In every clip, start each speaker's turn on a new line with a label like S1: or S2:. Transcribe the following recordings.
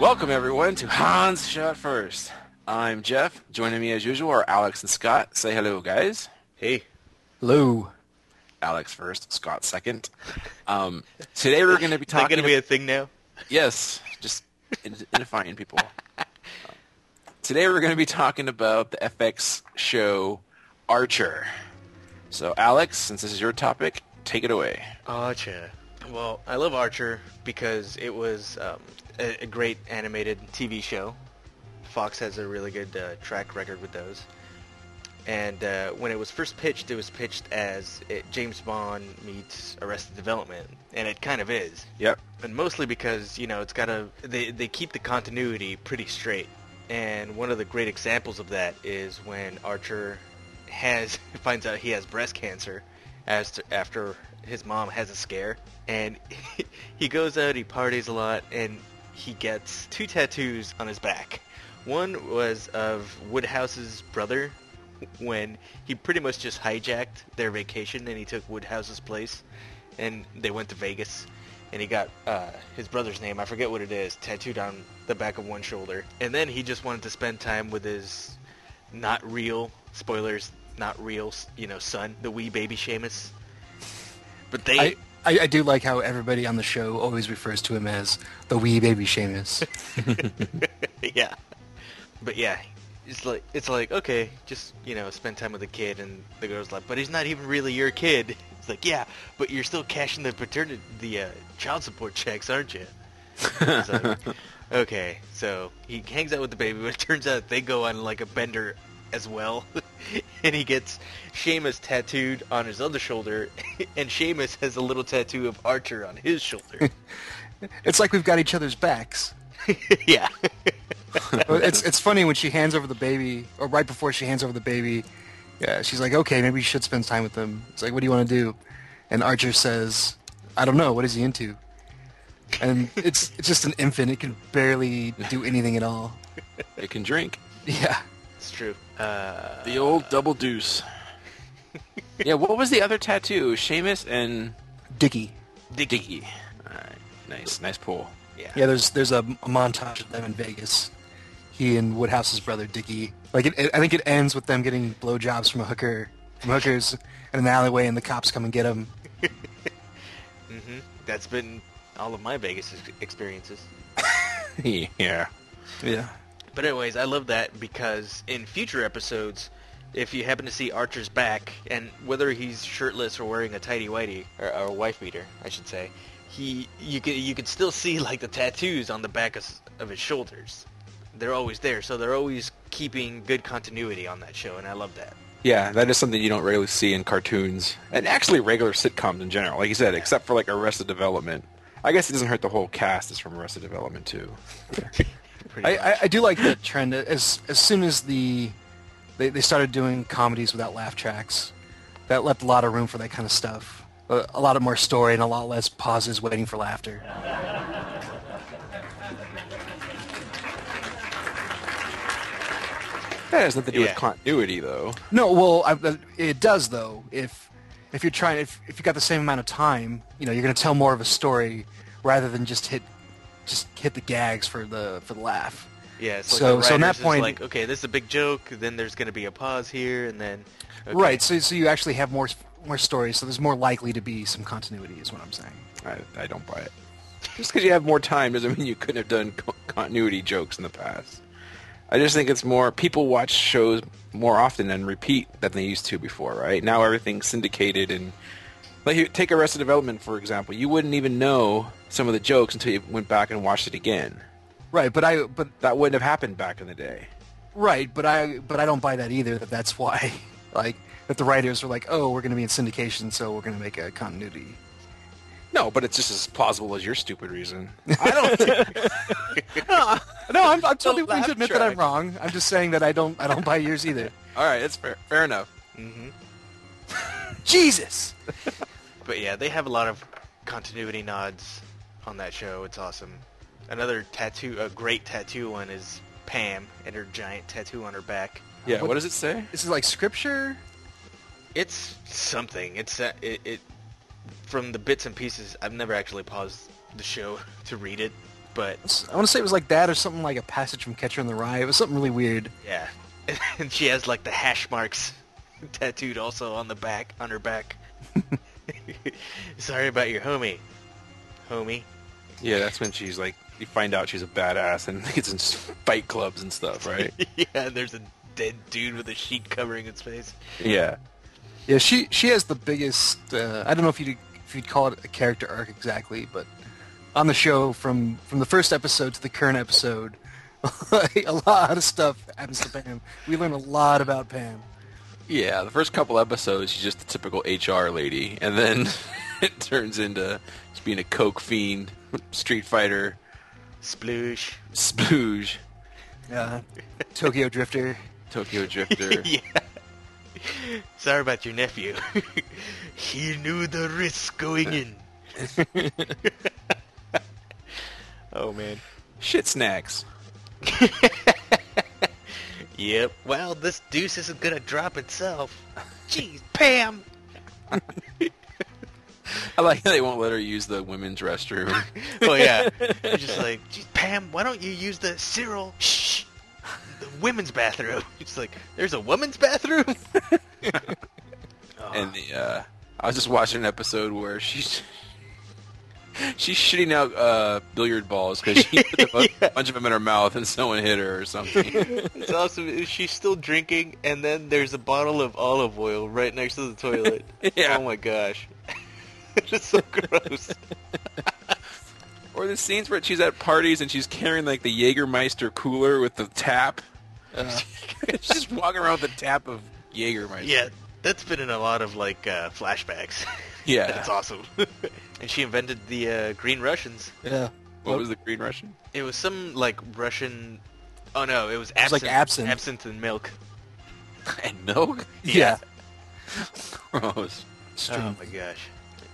S1: Welcome everyone to Hans Shot First. I'm Jeff. Joining me as usual are Alex and Scott. Say hello, guys.
S2: Hey,
S1: Hello. Alex first, Scott second. Um, today we're going to be
S2: is that
S1: talking.
S2: going to be a thing now?
S1: Yes, just identifying people. Today we're going to be talking about the FX show Archer. So, Alex, since this is your topic, take it away.
S2: Archer. Well, I love Archer because it was um, a, a great animated TV show. Fox has a really good uh, track record with those. And uh, when it was first pitched, it was pitched as it, James Bond meets Arrested Development, and it kind of is.
S1: Yep.
S2: and mostly because you know it's got a they they keep the continuity pretty straight. And one of the great examples of that is when Archer has finds out he has breast cancer as to, after his mom has a scare, and he goes out, he parties a lot, and he gets two tattoos on his back. One was of Woodhouse's brother when he pretty much just hijacked their vacation and he took Woodhouse's place and they went to Vegas and he got uh, his brother's name, I forget what it is, tattooed on the back of one shoulder. And then he just wanted to spend time with his not real, spoilers, not real, you know, son, the wee baby Seamus. But they,
S3: I, I, I do like how everybody on the show always refers to him as the wee baby Seamus.
S2: yeah. But yeah, it's like it's like okay, just you know, spend time with the kid, and the girl's like, but he's not even really your kid. It's like yeah, but you're still cashing the paternity, the uh, child support checks, aren't you? It's like, okay, so he hangs out with the baby, but it turns out they go on like a bender as well, and he gets Seamus tattooed on his other shoulder, and Seamus has a little tattoo of Archer on his shoulder.
S3: it's like we've got each other's backs.
S2: yeah.
S3: Well, it's it's funny when she hands over the baby, or right before she hands over the baby, yeah, she's like, "Okay, maybe you should spend time with them." It's like, "What do you want to do?" And Archer says, "I don't know. What is he into?" And it's it's just an infant; it can barely do anything at all.
S1: It can drink.
S3: Yeah,
S2: It's true. Uh,
S1: The old double deuce. yeah, what was the other tattoo? Seamus and
S3: Dicky.
S1: Dicky. All right. Nice. Nice pull.
S2: yeah.
S3: Yeah, there's there's a, a montage of them in Vegas. He and Woodhouse's brother Dickie. Like it, it- I think it ends with them getting blowjobs from a hooker, from hookers in an alleyway, and the cops come and get them.
S2: hmm That's been all of my Vegas ex- experiences.
S1: yeah.
S3: Yeah.
S2: But anyways, I love that because in future episodes, if you happen to see Archer's back, and whether he's shirtless or wearing a tidy whitey or, or a wife beater, I should say, he you could you could still see like the tattoos on the back of, s- of his shoulders. They're always there, so they're always keeping good continuity on that show, and I love that.
S1: Yeah, that is something you don't regularly see in cartoons and actually regular sitcoms in general. Like you said, except for like Arrested Development. I guess it doesn't hurt the whole cast is from Arrested Development too.
S2: Pretty
S3: I,
S2: much.
S3: I, I do like that trend. As as soon as the they, they started doing comedies without laugh tracks, that left a lot of room for that kind of stuff. A, a lot of more story and a lot less pauses waiting for laughter.
S1: That has nothing to do
S2: Yeah.
S1: with continuity though.
S3: No, well, I, but it does though. If if you're trying, if if you got the same amount of time, you know, you're going to tell more of a story rather than just hit just hit the gags for the for the laugh.
S2: yeah. It's like
S3: so-
S2: the
S3: so in that
S2: writers is
S3: point-
S2: like, okay, this is a big joke. Then there's going to be a pause here, and then okay,
S3: Right. So so you actually have more more stories, so there's more likely to be some continuity, is what I'm saying.
S1: I, I don't buy it. Just because you have more time doesn't mean you couldn't have done co- continuity jokes in the past. I just think it's more people watch shows more often and repeat than they used to before, right? Now everything's syndicated and like you take Arrested Development for example. You wouldn't even know some of the jokes until you went back and watched it again.
S3: Right. But I but
S1: That wouldn't have happened back in the day.
S3: right. But I but I don't buy that either. That that's why. Like that the writers were like, oh, we're going to be in syndication, so we're going to make a continuity.
S4: No, but it's just as plausible as your stupid reason. I don't. think-
S3: No, I'm, I'm totally willing
S4: The
S3: to
S4: laugh
S3: admit that I'm
S4: track.
S3: wrong. I'm just saying that I don't I don't buy yours either.
S4: All right, it's fair. Fair enough.
S3: Jesus.
S2: But yeah, they have a lot of continuity nods on that show. It's awesome. Another tattoo, a great tattoo one is Pam and her giant tattoo on her back.
S4: Yeah. What does it say?
S3: This is like scripture.
S2: It's something. It's uh, it, it from the bits and pieces. I've never actually paused the show to read it, but
S3: I want to say it was like that or something like a passage from Catcher in the Rye. It was something really weird.
S2: yeah, and she has like the hash marks tattooed also on the back on her back. Sorry about your homie, homie.
S4: Yeah, that's when she's like, you find out she's a badass and gets in fight clubs and stuff, right?
S2: yeah, and there's a dead dude with a sheet covering his face.
S4: yeah.
S3: Yeah, she she has the biggest. Uh, I don't know if you if you'd call it a character arc exactly, but on the show from from the first episode to the current episode, a lot of stuff happens to Pam. We learn a lot about Pam.
S4: Yeah, the first couple episodes, she's just the typical HR lady, and then it turns into just being a coke fiend, Street Fighter,
S2: Sploosh.
S4: splooge,
S3: Yeah, Tokyo Drifter.
S4: Tokyo Drifter.
S2: yeah. Sorry about your nephew. he knew the risk going in. oh man.
S4: Shit snacks.
S2: Yep. Well, this deuce isn't gonna drop itself. Jeez, Pam.
S4: I like how they won't let her use the women's restroom.
S2: Oh yeah. I'm just like, Jeez, Pam. Why don't you use the Cyril? Shh. The women's bathroom. It's like, there's a women's bathroom.
S4: and the uh, I was just watching an episode where she's she's shitting out uh, billiard balls because she put a bu- bunch of them in her mouth and someone hit her or something.
S2: It's awesome. She's still drinking, and then there's a bottle of olive oil right next to the toilet.
S4: Yeah.
S2: Oh my gosh. it's so gross.
S4: or the scenes where she's at parties and she's carrying like the Jägermeister cooler with the tap. she's just walking around with a tap of Jägermeister.
S2: yeah, that's been in a lot of like uh, flashbacks.
S4: Yeah.
S2: that's awesome. and she invented the uh, Green Russians.
S3: Yeah.
S4: What was the Green Russian?
S2: It was some like Russian. Oh no, it was
S3: was, like,
S2: absinthe.
S3: absinthe.
S2: Absinthe and milk.
S4: And milk.
S3: Yeah.
S4: Gross.
S2: Oh my gosh.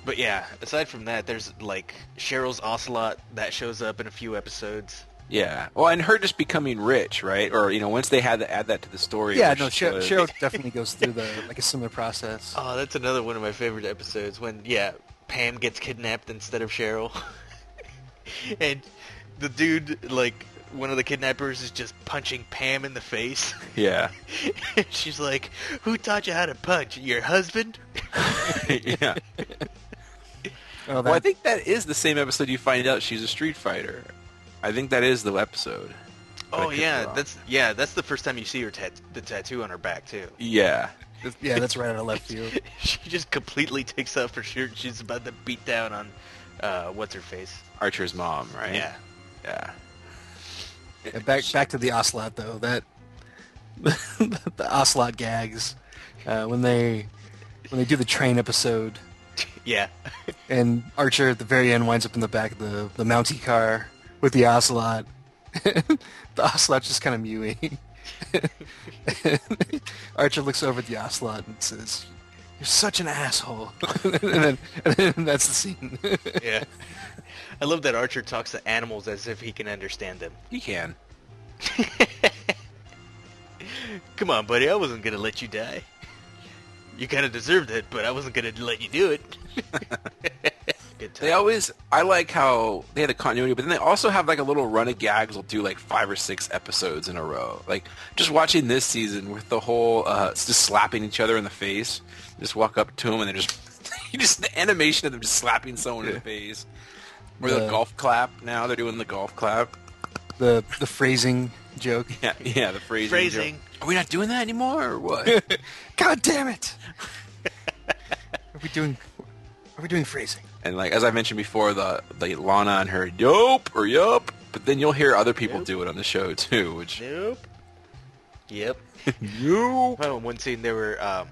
S2: But yeah, aside from that, there's like Cheryl's Ocelot that shows up in a few episodes.
S4: Yeah. Well, and her just becoming rich, right? Or you know, once they had to add that to the story.
S3: Yeah,
S4: which
S3: no, Cheryl,
S4: was-
S3: Cheryl definitely goes through the like a similar process.
S2: Oh, that's another one of my favorite episodes when yeah, Pam gets kidnapped instead of Cheryl. and the dude like one of the kidnappers is just punching Pam in the face.
S4: Yeah.
S2: And She's like, "Who taught you how to punch? Your husband?"
S4: yeah.
S3: Oh, that,
S4: Well, I think that is the same episode you find out she's a Street Fighter. I think that is the episode. But I
S2: Oh
S4: could be
S2: yeah,
S4: wrong.
S2: that's yeah, that's the first time you see her tat- the tattoo on her back too.
S4: yeah.
S3: yeah, that's right out of left field.
S2: She just completely takes off her shirt. and She's about to beat down on uh, what's her face.
S4: Archer's mom, right?
S2: Yeah.
S4: Yeah.
S3: Yeah, back back to the ocelot though. That the ocelot gags uh, when they when they do the train episode
S2: Yeah.
S3: and Archer at the very end winds up in the back of the the Mountie car with the ocelot. the ocelot's just kind of mewing. Archer looks over at the ocelot and says, "You're such an asshole." and, then, and then that's the scene.
S2: yeah. I love that Archer talks to animals as if he can understand them.
S4: He can.
S2: Come on, buddy, I wasn't gonna let you die. You kind of deserved it, but I wasn't gonna let you do it. Good time.
S4: They always, I like how they had a continuity, but then they also have like a little run of gags. Will do like five or six episodes in a row. Like just watching this season with the whole uh, just slapping each other in the face. Just walk up to them and they're just, you just the animation of them just slapping someone in the face. Or the
S3: Yeah.
S4: golf clap. Now they're doing the golf clap.
S3: the the phrasing joke.
S4: Yeah, yeah, the phrasing.
S2: Phrasing.
S4: joke. Are we not doing that anymore, or what?
S3: God damn it! are we doing? Are we doing phrasing?
S4: and like as I mentioned before, the the Lana and her yope or yup, but then you'll hear other people do it on the show too, which
S2: nope. Yep.
S4: You.
S2: Well, in one scene there were um,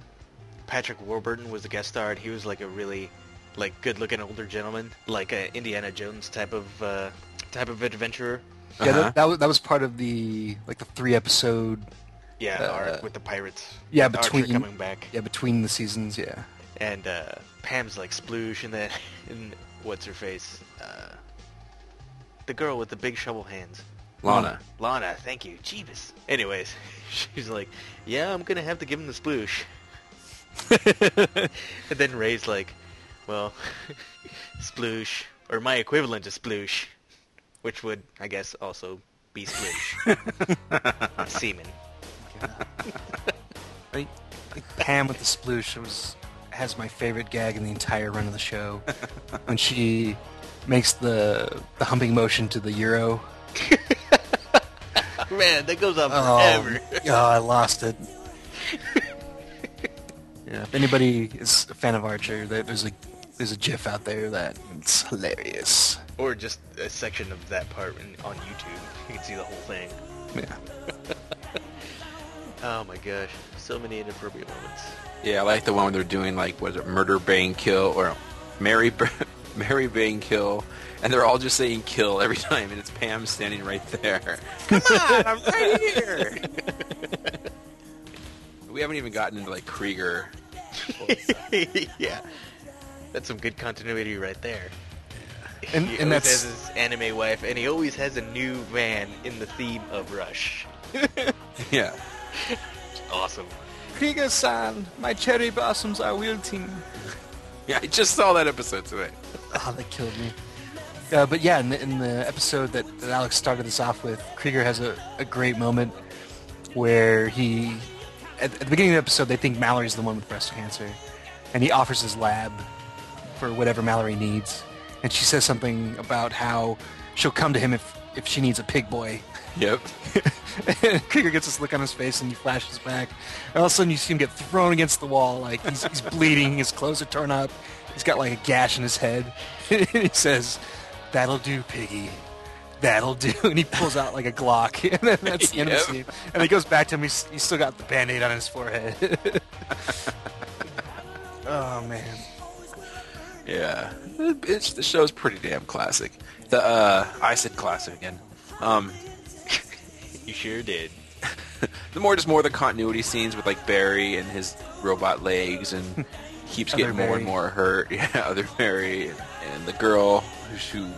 S2: Patrick Warburton was the guest star, and he was like a really like good-looking older gentleman, like a Indiana Jones type of uh, type of adventurer.
S3: Yeah, that, that, was, that was part of the like the three episode.
S2: Yeah,
S3: Uh,
S2: Ar- with the pirates.
S3: Yeah,
S2: With Archer
S3: between
S2: coming back,
S3: Yeah, between the seasons. Yeah.
S2: and uh, Pam's like sploosh, and then and what's her face? Uh, the girl with the big shovel hands.
S4: Lana.
S2: Lana, thank you. Jeebus. Anyways, she's like, yeah, I'm going to have to give him the sploosh. and then Ray's like, well, sploosh, or my equivalent to sploosh, which would, I guess, also be sploosh. Semen.
S3: Right? Like Pam with the sploosh was has my favorite gag in the entire run of the show when she makes the the humping motion to the euro.
S2: Man, that goes on
S3: Oh,
S2: forever.
S3: yeah, I lost it. yeah, if anybody is a fan of Archer, there- there's a there's a GIF out there that it's hilarious.
S2: Or just a section of that part in, on YouTube. You can see the whole thing.
S3: Yeah.
S2: Oh my gosh, so many inappropriate moments.
S4: Yeah, I like the one where they're doing like what is it, murder, bang, kill, or Mary, B- Mary, bang, kill, and they're all just saying kill every time, and it's Pam standing right there. Come on, I'm right here. we haven't even gotten into like Krieger.
S2: yeah. That's some good continuity right there.
S3: And-
S2: he
S3: and
S2: always
S3: that's-
S2: has his anime wife, and he always has a new van in the theme of Rush.
S4: Yeah.
S2: Awesome.
S3: Krieger-san, my cherry blossoms are wilting.
S4: Yeah, I just saw that episode today.
S3: Oh, that killed me. Uh, but yeah, in the, in the episode that, that Alex started this off with, Krieger has a, a great moment where he, at, at the beginning of the episode, they think Mallory's the one with breast cancer, and he offers his lab for whatever Mallory needs, and she says something about how she'll come to him if, if she needs a pig boy.
S4: Yep.
S3: Krieger gets this look on his face and he flashes back. And all of a sudden, you see him get thrown against the wall. Like, he's, he's bleeding. His clothes are torn up. He's got, like, a gash in his head. and he says, That'll do, Piggy. That'll do. And he pulls out, like, a Glock. And then that's the end of
S4: Yep.
S3: the scene. And he goes back to him. He's, he's still got the Band-Aid on his forehead. oh, man.
S4: Yeah. It's, the show's pretty damn classic. The uh, I said classic again. Um,
S2: You sure did.
S4: the more just more the continuity scenes with like Barry and his robot legs and keeps
S3: Other
S4: getting more
S3: Barry.
S4: and more hurt. Yeah, other Barry and, and the girl who's who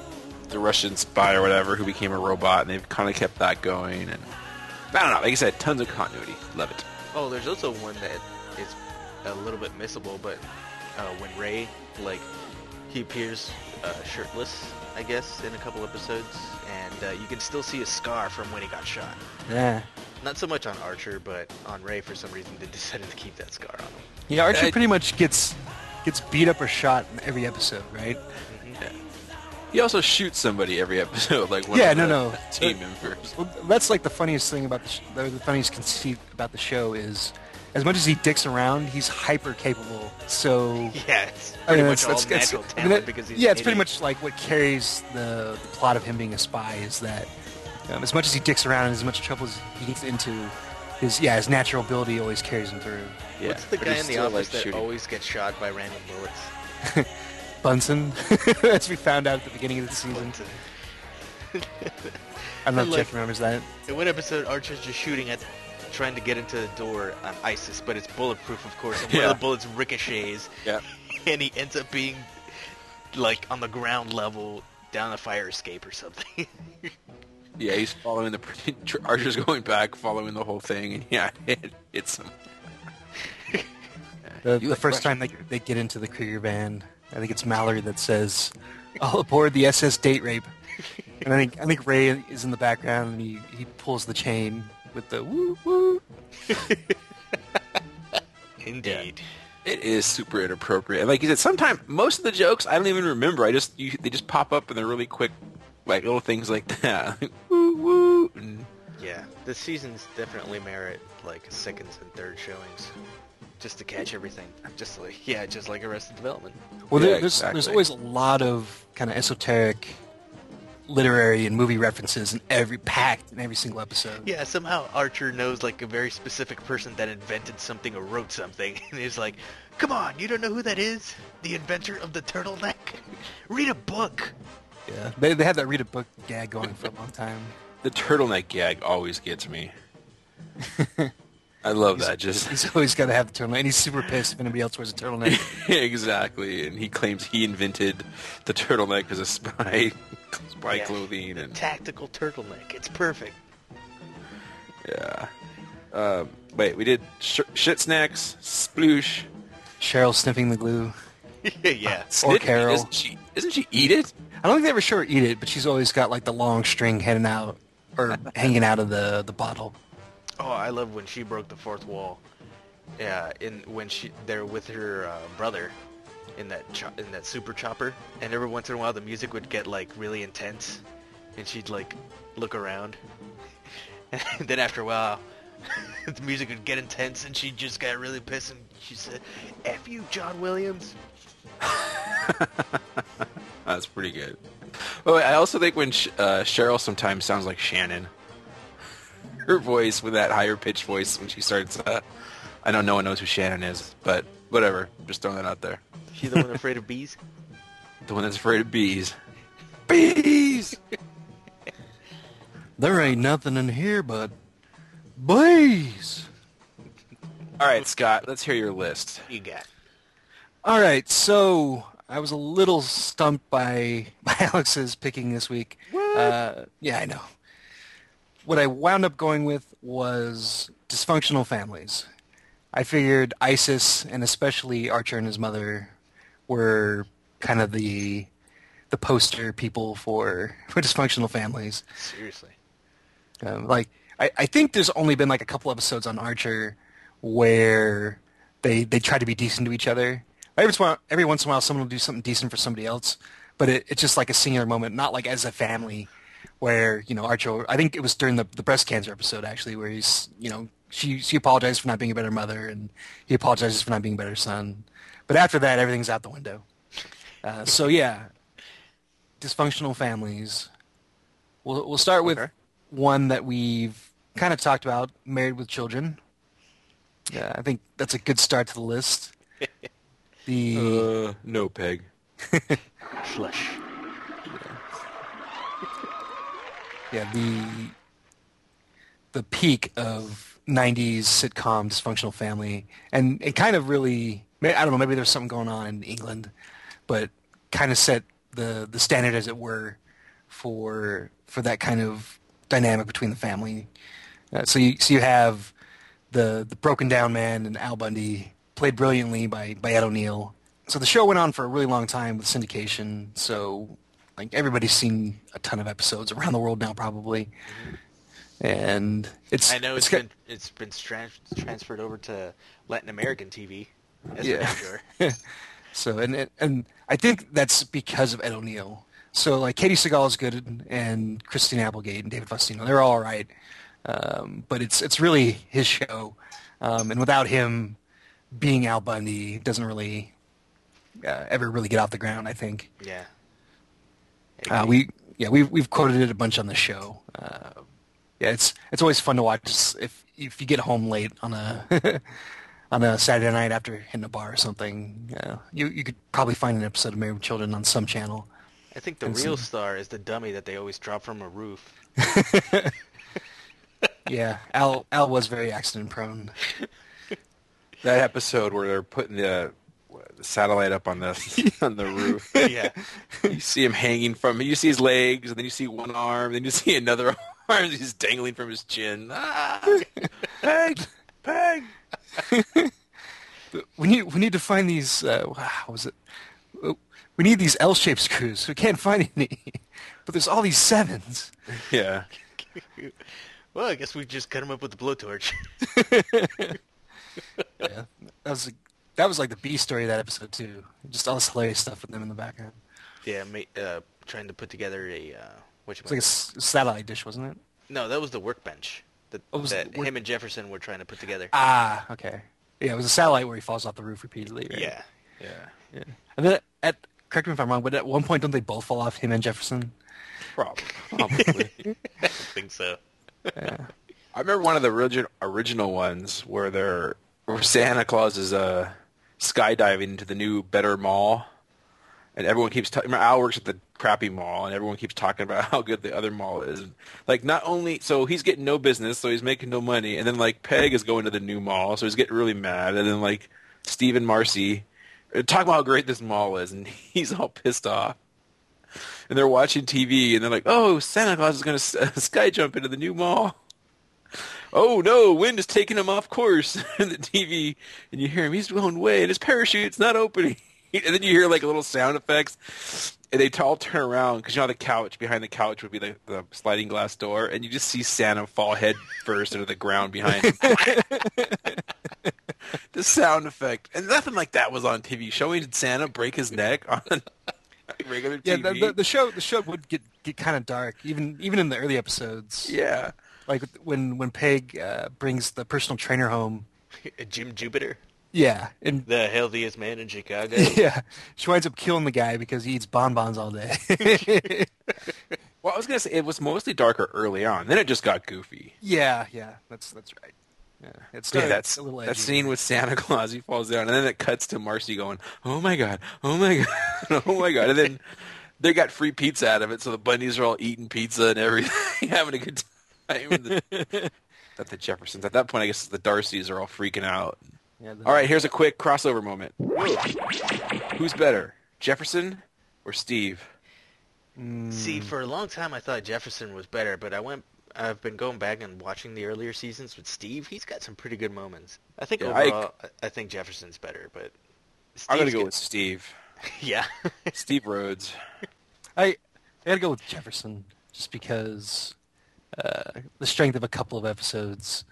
S4: the Russian spy or whatever who became a robot and they've kind of kept that going and I don't know. Like I said, tons of continuity. Love it.
S2: Oh, there's also one that is a little bit missable, but uh, when Ray, like, he appears uh, shirtless, I guess, in a couple episodes, and uh, you can still see a scar from when he got shot.
S3: Yeah.
S2: Not so much on Archer, but on Ray, for some reason, they decided to keep that scar on him.
S3: Yeah, Archer
S4: I-
S3: pretty much gets gets beat up or shot in every episode, right?
S4: He also shoots somebody every episode. Like one
S3: Yeah,
S4: of
S3: no,
S4: the
S3: no.
S4: team members.
S3: Well, that's like the funniest thing about the, sh- the the funniest conceit about the show is, as much as he dicks around, he's hyper capable. So
S2: Yeah, it's
S3: I
S2: pretty
S3: mean,
S2: much
S3: that's-
S2: all
S3: that's- that's-
S2: natural
S3: I
S2: talent
S3: mean, that-
S2: because he's
S3: yeah,
S2: an
S3: it's pretty
S2: idiot.
S3: much like what carries the, the plot of him being a spy is that um, as much as he dicks around and as much trouble as he gets into, his yeah his natural ability always carries him through.
S4: Yeah,
S2: What's the
S4: but
S2: guy
S4: he
S2: in the
S4: still
S2: office
S4: likes
S2: that
S4: shooting.
S2: always gets shot by random bullets?
S3: Mm-hmm. Bunsen, as we found out at the beginning of the season,
S2: Bunsen.
S3: I don't know
S2: And,
S3: if
S2: like-
S3: Jeff remembers that.
S2: In one episode, Archer's just shooting at, trying to get into the door on ISIS, but it's bulletproof, of course, and one
S4: Yeah.
S2: of the bullets ricochets,
S4: Yeah.
S2: and he ends up being, like, on the ground level, down a fire escape or something.
S4: Yeah, he's following the Archer's going back, following the whole thing, and yeah, it hits him.
S3: The,
S4: You
S3: the
S4: have
S3: first time
S4: questions.
S3: they, they get into the Krieger band, I think it's Mallory that says, "All aboard the SS Date Rape," and I think I think Ray is in the background and he, he pulls the chain with the woo woo.
S2: Indeed.
S4: It is super inappropriate. And like you said, sometimes most of the jokes I don't even remember. I just you, they just pop up and they're really quick, like little things like that. Like, woo woo. And
S2: Yeah. The seasons definitely merit, like, seconds and third showings. Just to catch everything. Just like, yeah, just like Arrested Development.
S3: Well, there,
S4: Yeah,
S3: there's there's
S4: exactly.
S3: always a lot of kind of esoteric literary and movie references in every packed in every single episode.
S2: Yeah, somehow Archer knows like a very specific person that invented something or wrote something, and he's like, "Come on, you don't know who that is? The inventor of the turtleneck? Read a book."
S3: Yeah, they they had that read a book gag going for a long time.
S4: The turtleneck gag always gets me. I love that. Just
S3: He's always got to have the turtleneck, and he's super pissed if anybody else wears a turtleneck.
S4: exactly, and he claims he invented the turtleneck as a spy spy
S2: Yeah.
S4: clothing,
S2: The
S4: and
S2: tactical turtleneck. It's perfect.
S4: yeah. Um, wait, we did sh- shit snacks, sploosh,
S3: Cheryl sniffing the glue.
S2: yeah.
S3: Or
S4: Snitch,
S3: Carol.
S4: Isn't she? Isn't she eat it?
S3: I don't think they ever show her eat it, but she's always got like the long string heading out or hanging out of the the bottle.
S2: Oh, I love when she broke the fourth wall. Yeah, in when she they're with her uh, brother in that cho- in that super chopper, and every once in a while the music would get like really intense, and she'd like look around, and then after a while. the music would get intense, and she just got really pissed, and she said, "F you, John Williams."
S4: That's pretty good. Oh, I also think when Sh- uh, Cheryl sometimes sounds like Shannon. Her voice with that higher pitched voice when she starts. Uh, I know no one knows who Shannon is, but whatever. Just throwing that out there.
S2: She's the one afraid of bees.
S4: The one that's afraid of bees. Bees.
S3: There ain't nothing in here but bees.
S4: All right, Scott. Let's hear your list.
S2: You got
S3: All right, so I was a little stumped by, by Alex's picking this week. Uh, yeah, I know. What I wound up going with was dysfunctional families. I figured ISIS and especially Archer and his mother were kind of the the poster people for for dysfunctional families.
S2: seriously.
S3: Um, like I, I think there's only been like a couple episodes on Archer where they they try to be decent to each other. Every once in a while, every once in a while someone will do something decent for somebody else, but it, it's just like a singular moment, not like as a family where you know Archer. I think it was during the the breast cancer episode actually where he's you know she she apologized for not being a better mother and he apologizes for not being a better son, but after that everything's out the window. Uh, so yeah, dysfunctional families. We'll we'll start with
S4: Okay.
S3: one that we've kind of talked about, married with children. Yeah, I think that's a good start to the list. The
S4: Uh, no, Peg.
S2: Flush.
S3: yeah the the peak of '90s sitcom dysfunctional family, and it kind of really may- I don't know maybe there's something going on in England, but kind of set the the standard as it were for for that kind of dynamic between the family. Uh, so you so you have the the broken down man and Al Bundy played brilliantly by by Ed O'Neill. So the show went on for a really long time with syndication. So like everybody's seen a ton of episodes around the world now probably. And it's
S2: I know it's
S3: got-
S2: been it's been tran- transferred over to Latin American TV. That's
S3: Yeah.
S2: for sure.
S3: So and it- and I think that's because of Ed O'Neill. So like Katie Seagal is good, and Christine Applegate and David Faustino, they're all right. Um, but it's it's really his show, um, and without him being Al Bundy, it doesn't really uh, ever really get off the ground. I think
S2: Yeah.
S3: uh, we yeah we've we've quoted it a bunch on the show. Uh, yeah, it's it's always fun to watch s- if if you get home late on a on a Saturday night after hitting a bar or something. Yeah, you you could probably find an episode of Married with Children on some channel.
S2: I think the
S3: And
S2: real
S3: some-
S2: star is the dummy that they always drop from a roof.
S3: Yeah, Al Al was very accident prone.
S4: That episode where they're putting the, the satellite up on the on the roof.
S2: yeah.
S4: you see him hanging from you see his legs and then you see one arm then you see another arm he's dangling from his chin ah, peg peg
S3: We need we need to find these. Uh, how was it? Oh, We need these L-shaped screws. We can't find any, but there's all these sevens.
S4: yeah
S2: well, I guess we just cut him up with the blowtorch.
S3: Yeah, that was that was like the B story of that episode too. Just all this hilarious stuff with them in the background.
S2: yeah, ma- uh, trying to put together a uh, what you
S3: It's like a s- satellite dish, wasn't it?
S2: No, that was the workbench that,
S3: Oh, it was
S2: that
S3: the work-
S2: him and Jefferson were trying to put together.
S3: Ah, okay. Yeah, it was a satellite where he falls off the roof repeatedly. Right?
S2: yeah.
S4: yeah
S3: And then at correct me if I'm wrong, but at one point don't they both fall off him and Jefferson?
S4: Prob- Probably.
S2: I think so.
S4: I remember one of the origi- original ones where they're where Santa Claus is uh, skydiving into the new better mall, and everyone keeps talking. Al works at the crappy mall, and everyone keeps talking about how good the other mall is. Like not only so he's getting no business, so he's making no money, and then like Peg is going to the new mall, so he's getting really mad, and then like Steve and Marcy are talking about how great this mall is, and he's all pissed off and they're watching TV, and they're like, "Oh, Santa Claus is going to uh, sky jump into the new mall." Oh no, wind is taking him off course in the TV, and you hear him. He's blown away, and his parachute's not opening. And then you hear like little sound effects, and they all turn around because you know the couch behind the couch would be the, the sliding glass door, and you just see Santa fall head first into the ground behind him. the sound effect, and nothing like that was on TV. Showing Santa break his neck on regular TV.
S3: Yeah, the, the, the show the show would get, get kind of dark, even even in the early episodes.
S4: Yeah.
S3: Like when when Peg uh, brings the personal trainer home.
S2: Jim Jupiter,
S3: Yeah, and
S2: the healthiest man in Chicago.
S3: yeah, she winds up killing the guy because he eats bonbons all day.
S4: Well, I was gonna say it was mostly darker early on. Then it just got goofy.
S3: yeah, yeah, that's that's right. Yeah, it's
S4: Yeah,
S3: started
S4: that's
S3: a little edgy.
S4: that scene with Santa Claus. He falls down, and then it cuts to Marcy going, "Oh my god, oh my god, oh my god!" And then they got free pizza out of it, so the bunnies are all eating pizza and everything, having a good time. And the- Not the Jeffersons. At that point, I guess the Darcys are all freaking out.
S3: Yeah, the-
S4: All right, here's a quick crossover moment. Who's better, Jefferson or Steve?
S2: See, for a long time I thought Jefferson was better, but I went. I've been going back and watching the earlier seasons with Steve. He's got some pretty good moments. I think
S4: Yeah, I-
S2: overall, I, I think Jefferson's better, but
S4: I'm gonna
S2: Steve's
S4: go
S2: got-
S4: with Steve.
S2: yeah.
S4: Steve Rhodes.
S3: I I gotta go with Jefferson just because uh, the strength of a couple of episodes.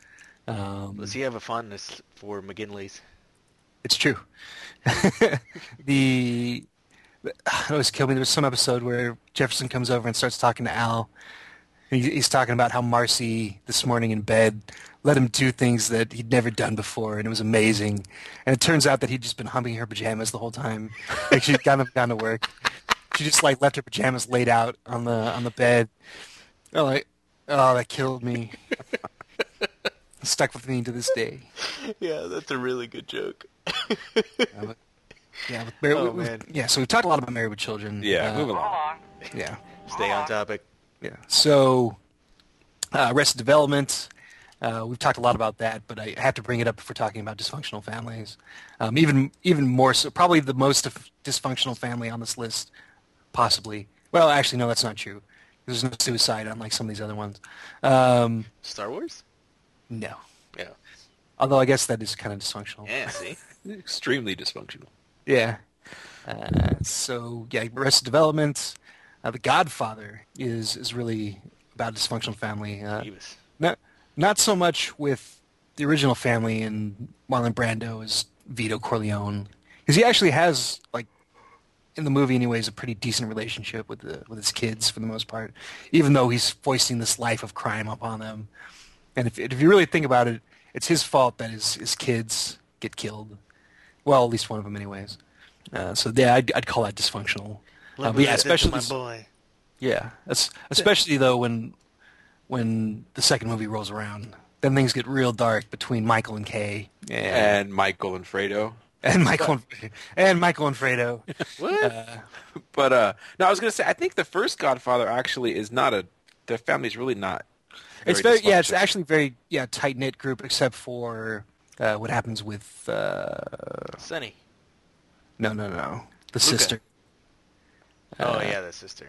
S3: Um,
S2: Does he have a fondness for McGinley's?
S3: It's true. the it always killed me. There was some episode where Jefferson comes over and starts talking to Al. And he- he's talking about how Marcy this morning in bed let him do things that he'd never done before, and it was amazing. And it turns out that he'd just been humping her pajamas the whole time. Like she'd gone up, gone to work. She just like left her pajamas laid out on the on the bed. Oh, like oh, that killed me. Stuck with me to this day.
S2: Yeah, that's a really good joke.
S3: Yeah, with Mary,
S2: Oh,
S3: we- we-
S2: man.
S3: yeah. So we've talked a lot about Married with Children.
S4: Yeah,
S3: Uh,
S4: move along.
S3: Yeah,
S2: Stay on topic.
S3: yeah. So, uh, Arrested Development. Uh, we've talked a lot about that, but I have to bring it up if we're talking about dysfunctional families. Um, even even more so, probably the most dif- dysfunctional family on this list, possibly. Well, actually, no, that's not true. There's no suicide unlike some of these other ones. Um,
S2: Star Wars?
S3: no.
S2: Yeah.
S3: Although I guess that is kind of dysfunctional.
S2: Yeah, see?
S4: Extremely dysfunctional.
S3: Yeah. Uh, so yeah, Arrested Development, uh, The Godfather is is really about a dysfunctional family. Uh,
S2: Beavis.
S3: not not so much with the original family and Marlon Brando as Vito Corleone, because he actually has like in the movie anyways a pretty decent relationship with the with his kids for the most part, even though he's foisting this life of crime upon them. And if if you really think about it, it's his fault that his his kids get killed. Well, at least one of them, anyways. Uh, so yeah, I'd, I'd call that dysfunctional. Uh, but yeah, especially
S2: my boy.
S3: yeah, es- especially though when when the second movie rolls around, then things get real dark between Michael and Kay
S4: and Michael and Fredo.
S3: and Michael and, and Michael and Fredo.
S2: What?
S4: But uh no, I was gonna say I think the first Godfather actually is not a the family's really not.
S3: it's very yeah, it's
S4: dysfunctional.
S3: actually very yeah tight knit group except for uh, what happens with uh,
S2: Sonny.
S3: no no no the sister.
S2: Oh, yeah, the sister.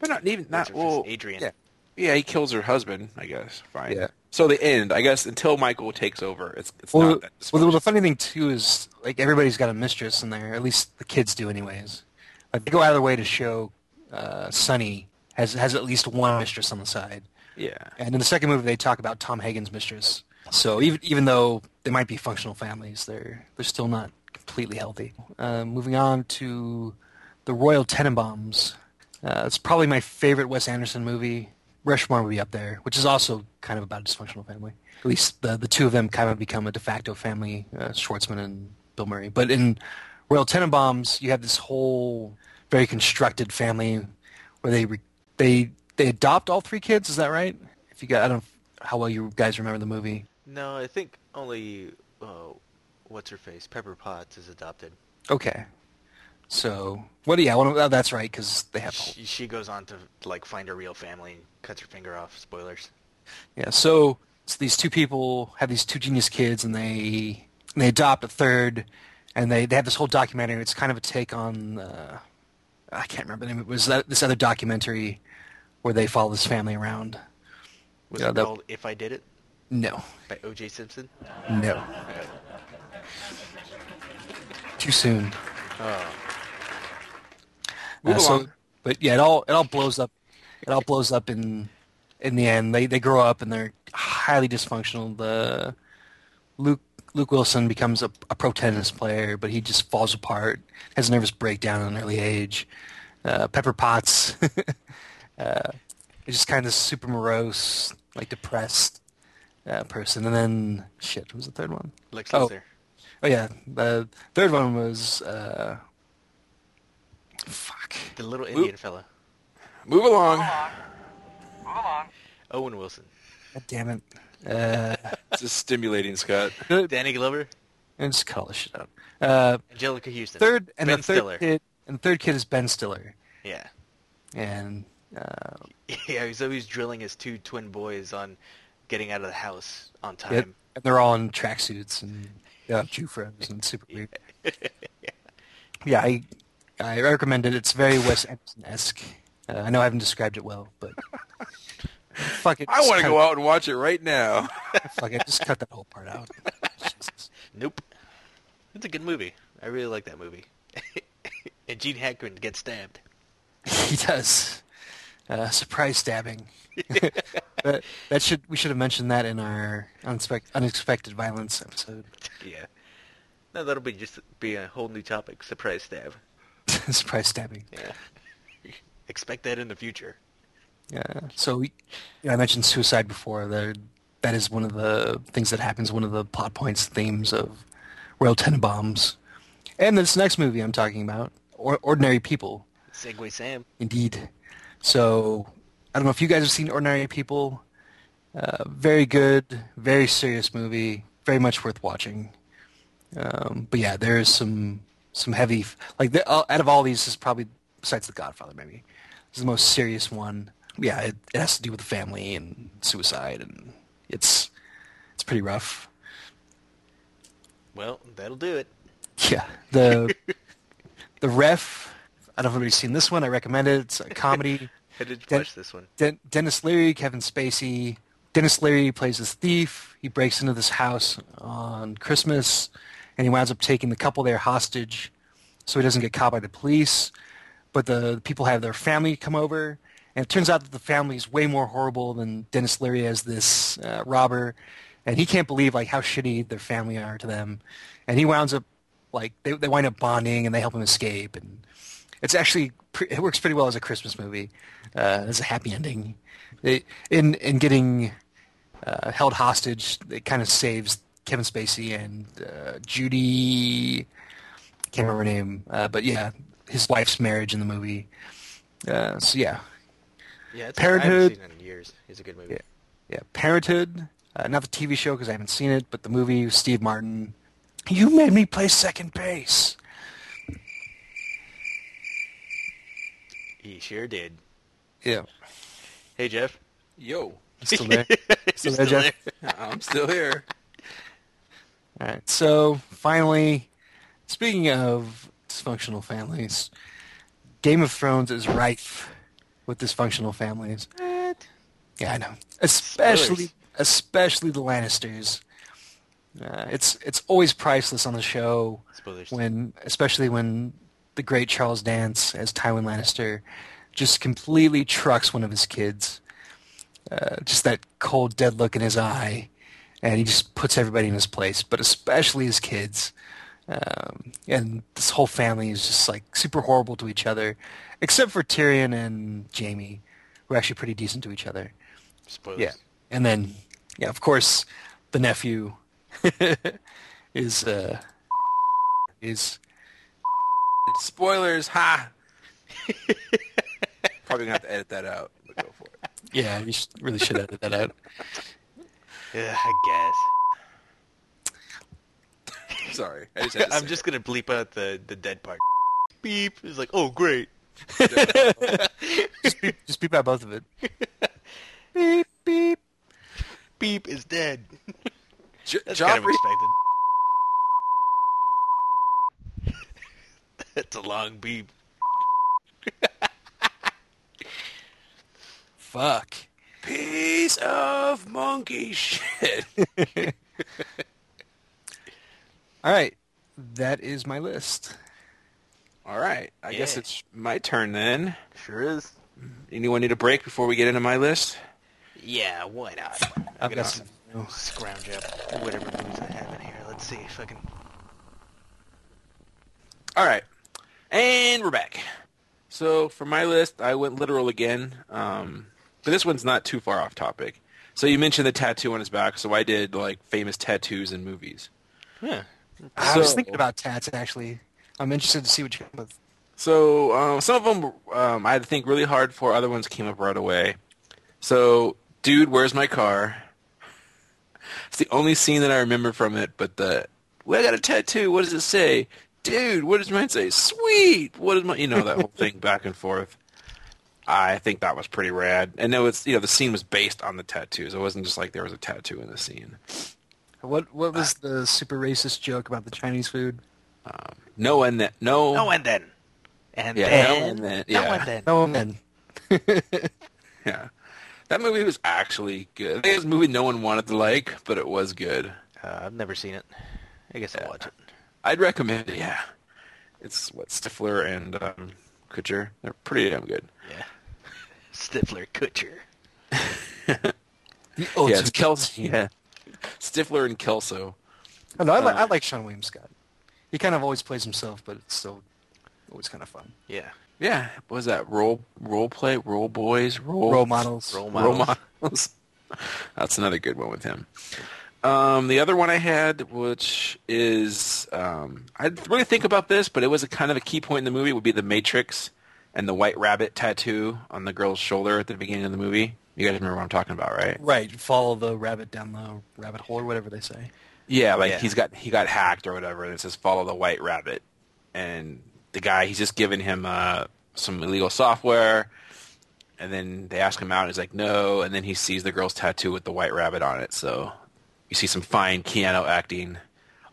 S4: but not even
S2: What's
S4: not
S2: her face?
S4: well,
S2: Adrian.
S4: Yeah. yeah, he kills her husband. I guess fine.
S3: Yeah.
S4: So the end, I guess, until Michael takes over, it's it's
S3: Well,
S4: not that.
S3: well, the
S4: dysfunctional.
S3: funny thing too is like everybody's got a mistress in there. At least the kids do, anyways. Like they go out of their way to show uh, Sonny has has at least one mistress on the side.
S4: yeah.
S3: And in the second movie, they talk about Tom Hagen's mistress. So even even though they might be functional families, they're they're still not completely healthy. Uh, moving on to the Royal Tenenbaums. Uh, it's probably my favorite Wes Anderson movie. Rushmore would be up there, which is also kind of about a dysfunctional family. At least the the two of them kind of become a de facto family, uh, Schwartzman and Bill Murray. But in Royal Tenenbaums, you have this whole very constructed family where they re- they they adopt all three kids. Is that right? If you got, I don't know how well you guys remember the movie.
S2: No, I think only uh, what's her face, Pepper Potts, is adopted.
S3: Okay. So, what? Yeah, one of, oh, that's right because they have.
S2: She, she goes on to like find her real family and cuts her finger off. Spoilers.
S3: Yeah. So, so these two people have these two genius kids, and they and they adopt a third, and they they have this whole documentary. It's kind of a take on uh, I can't remember the name. It was that, this other documentary where they follow this family around.
S2: Was
S3: Yeah,
S2: it
S3: that-
S2: called "If I Did It"
S3: No,
S2: by O.J. Simpson?
S3: no. Too soon.
S4: Move
S3: Uh, so-
S4: along.
S3: but yeah, it all it all blows up. It all blows up in in the end. They they grow up and they're highly dysfunctional. The Luke Luke Wilson becomes a, a pro tennis player, but he just falls apart. Has a nervous breakdown at an early age. Uh, Pepper Potts uh, is just kind of super morose, like depressed uh, person. And then shit, what was the third one?
S2: Lex
S3: Oh.
S2: Luthor.
S3: Oh yeah, the third one was uh, fuck.
S2: The little Indian fella.
S4: Move along.
S2: Owen Wilson.
S3: God damn it. Uh,
S4: This is stimulating, Scott.
S2: Danny Glover.
S3: and just call this shit up. Uh,
S2: Angelica Houston.
S3: third and
S2: ben
S3: the third
S2: Stiller.
S3: kid and the third kid is Ben Stiller,
S2: Yeah.
S3: and uh,
S2: Yeah, he's always drilling his two twin boys on getting out of the house on time.
S3: it- and they're all in tracksuits and yeah, Jufros and super weird. yeah, I I recommend it. It's very Wes Anderson esque. Uh, I know I haven't described it well, but fuck it.
S4: I want to go out and watch it right now.
S3: Fuck it. Just cut that whole part out. Jesus.
S2: Nope. It's a good movie. I really like that movie. and Gene Hackman gets stabbed.
S3: He does. Uh, surprise stabbing. that, that should we should have mentioned that in our unexpect, unexpected violence episode.
S2: Yeah. No, that'll be just be a whole new topic. Surprise stab.
S3: surprise stabbing.
S2: Yeah. Expect that in the future.
S3: Yeah. So we- you know, I mentioned suicide before. There, that is one of the things that happens. One of the plot points, themes of Royal Tenenbaums, and this next movie I'm talking about, or, Ordinary People.
S2: Segway Sam.
S3: Indeed. So I don't know if you guys have seen Ordinary People. Uh, very good, very serious movie, very much worth watching. Um, but yeah, there is some some heavy like the, uh, out of all these this is probably besides The Godfather maybe this is the most serious one. Yeah, it, it has to do with the family and suicide and it's it's pretty rough.
S2: Well, that'll do it.
S3: Yeah. The the ref. I don't know if anybody's seen this one. I recommend it. It's a comedy.
S2: I did
S3: Den-
S2: watch this one.
S3: Den- Dennis Leary, Kevin Spacey. Dennis Leary plays this thief. He breaks into this house on Christmas, and he winds up taking the couple there hostage, so he doesn't get caught by the police. But the people have their family come over, and it turns out that the family is way more horrible than Dennis Leary as this uh, robber, and he can't believe like how shitty their family are to them, and he winds up like they they wind up bonding and they help him escape and it's actually pre- it works pretty well as a Christmas movie. Uh, as a happy ending. It, in in getting uh, held hostage, it kind of saves Kevin Spacey and uh, Judy. Can't remember her name, uh, but yeah, his wife's marriage in the movie. Uh, so yeah,
S2: Yeah, it's I
S3: Parenthood.
S2: haven't seen it in years. It's a good movie.
S3: yeah, Parenthood. Uh, not the TV show because I haven't seen it, but the movie. with Steve Martin. You made me play second base.
S2: He sure did.
S3: Yeah,
S2: Hey, Jeff.
S4: Yo,
S3: still there. Still there,
S2: Still
S3: Jeff?
S4: I'm still here.
S3: All right. So finally, speaking of dysfunctional families, Game of Thrones is rife with dysfunctional families. Yeah, I know. Especially,
S2: Spoilers.
S3: especially the Lannisters. Uh, it's it's always priceless on the show
S2: Spoilers.
S3: when, especially when the great Charles Dance as Tywin Lannister just completely trucks one of his kids. Uh, just that cold, dead look in his eye, and he just puts everybody in his place, but especially his kids. Um, and this whole family is just like super horrible to each other, except for Tyrion and Jamie, who are actually pretty decent to each other.
S2: Spoilers.
S3: Yeah, and then yeah, of course, the nephew is uh, is
S4: Spoilers, ha! Probably gonna have to edit that out, but go for it.
S1: Yeah, you sh- really should edit that out.
S2: Yeah, I
S4: Sorry, I just had
S2: guess.
S4: to
S2: I'm
S4: say
S2: just gonna bleep out the the dead part. Beep. It's like, oh great.
S3: Just beep, just beep out both of it.
S2: Beep beep. Beep is dead.
S4: it. J-
S2: That's kind of
S4: Joffrey,
S2: expected. That's a long beep.
S1: Fuck.
S4: piece of monkey shit.
S3: All right, that is my list.
S4: All right, I guess
S2: Yeah.
S4: it's my turn then.
S2: Sure is.
S4: Anyone need a break before we get into my list?
S2: Yeah, why not? I'm
S3: I've
S2: gonna
S3: got some.
S2: scrounge up whatever movies I have in here. Let's see if I can.
S4: All right, and we're back. So for my list, I went literal again, um, but this one's not too far off topic. So you mentioned the tattoo on his back, so I did like famous tattoos in movies.
S2: Yeah.
S3: I was
S4: So-
S3: thinking about tats actually. I'm interested to see what you come up with.
S4: So um, some of them um, I had to think really hard for. Other ones came up right away. So, dude, where's my car? It's the only scene that I remember from it. But the well, I got a tattoo. What does it say? Dude, what does mine say? Sweet. What is my? You know that whole thing back and forth. I think that was pretty rad. And no, it's you know the scene was based on the tattoos. It wasn't just like there was a tattoo in the scene.
S3: What what was the super racist joke about the Chinese food?
S4: No and that no
S2: No and then. And
S4: Yeah,
S2: then.
S4: no and then,
S2: No
S4: yeah.
S2: and then.
S3: No man.
S4: yeah. That movie was actually good. I think it was a movie no one wanted to like, but it was good.
S2: Uh, I've never seen it. I guess I'll watch it.
S4: I'd recommend it. Yeah, it's what Stifler and um, Kutcher. They're pretty damn good.
S2: Yeah. Stifler Kutcher.
S3: The
S4: yeah,
S3: ultimate
S4: it's Kelso.
S3: team.
S4: Yeah, Stifler and Kelso.
S3: Oh, no, I,
S4: Um,
S3: like I like Sean William Scott. He kind of always plays himself, but it's still always kind of fun.
S2: Yeah.
S4: Yeah, what was that role role play role boys role
S3: Role models.
S2: Role
S4: role
S2: models.
S4: models? That's another good one with him. Um, the other one I had, which is um, I didn't really think about this, but it was a kind of a key point in the movie, would be the Matrix and the White Rabbit tattoo on the girl's shoulder at the beginning of the movie. You guys remember what I'm talking about, right?
S3: Right, follow the rabbit down the rabbit hole or whatever they say.
S4: Yeah, like
S2: Yeah.
S4: he's got he got hacked or whatever, and it says follow the white rabbit, and the guy he's just giving him uh, some illegal software, and then they ask him out, and he's like no, and then he sees the girl's tattoo with the white rabbit on it, so you see some fine Keanu acting.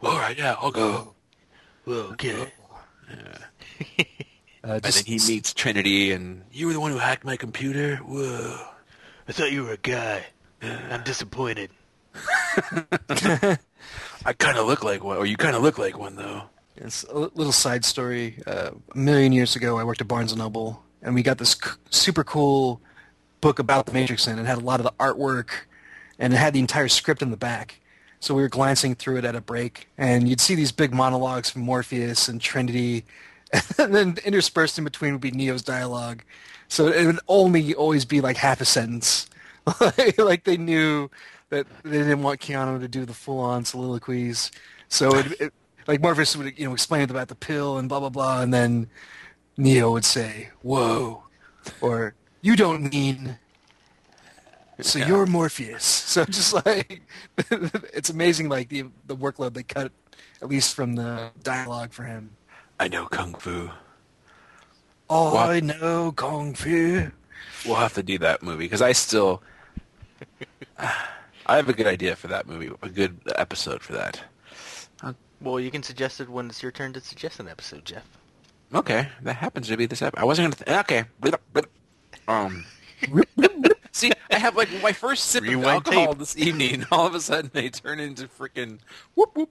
S4: All right, yeah, I'll go.
S2: Whoa, get it.
S3: Uh,
S4: And
S3: just,
S4: then he meets Trinity, and you were the one who hacked my computer. Whoa.
S2: I thought you were a guy. I'm disappointed.
S4: I kind of look like one, or you kind of look like one though.
S3: It's a li- little side story. Uh, a million years ago, I worked at Barnes and Noble, and we got this c- super cool book about the Matrix, and it had a lot of the artwork, and it had the entire script in the back. So we were glancing through it at a break, and you'd see these big monologues from Morpheus and Trinity, and then interspersed in between would be Neo's dialogue. So it would only always be like half a sentence. like they knew that they didn't want Keanu to do the full-on soliloquies. So it, it, like Morpheus would you know explain about the pill and blah blah blah, and then Neo would say, "Whoa," or "You don't mean." So you're Morpheus. So just like it's amazing, like the the workload they cut, at least from the dialogue for him.
S4: I know kung fu.
S3: Oh,
S4: Wow.
S3: I know kung fu.
S4: We'll have to do that movie because I still. I have a good idea for that movie, a good episode for that.
S2: Well, you can suggest it when it's your turn to suggest an episode, Jeff.
S4: Okay, that happens to be this episode. I wasn't gonna. Th- okay, blip, blip. um. See, I have like my first sip of
S2: Rewind
S4: alcohol
S2: tape.
S4: this evening, and all of a sudden they turn into freaking whoop whoop.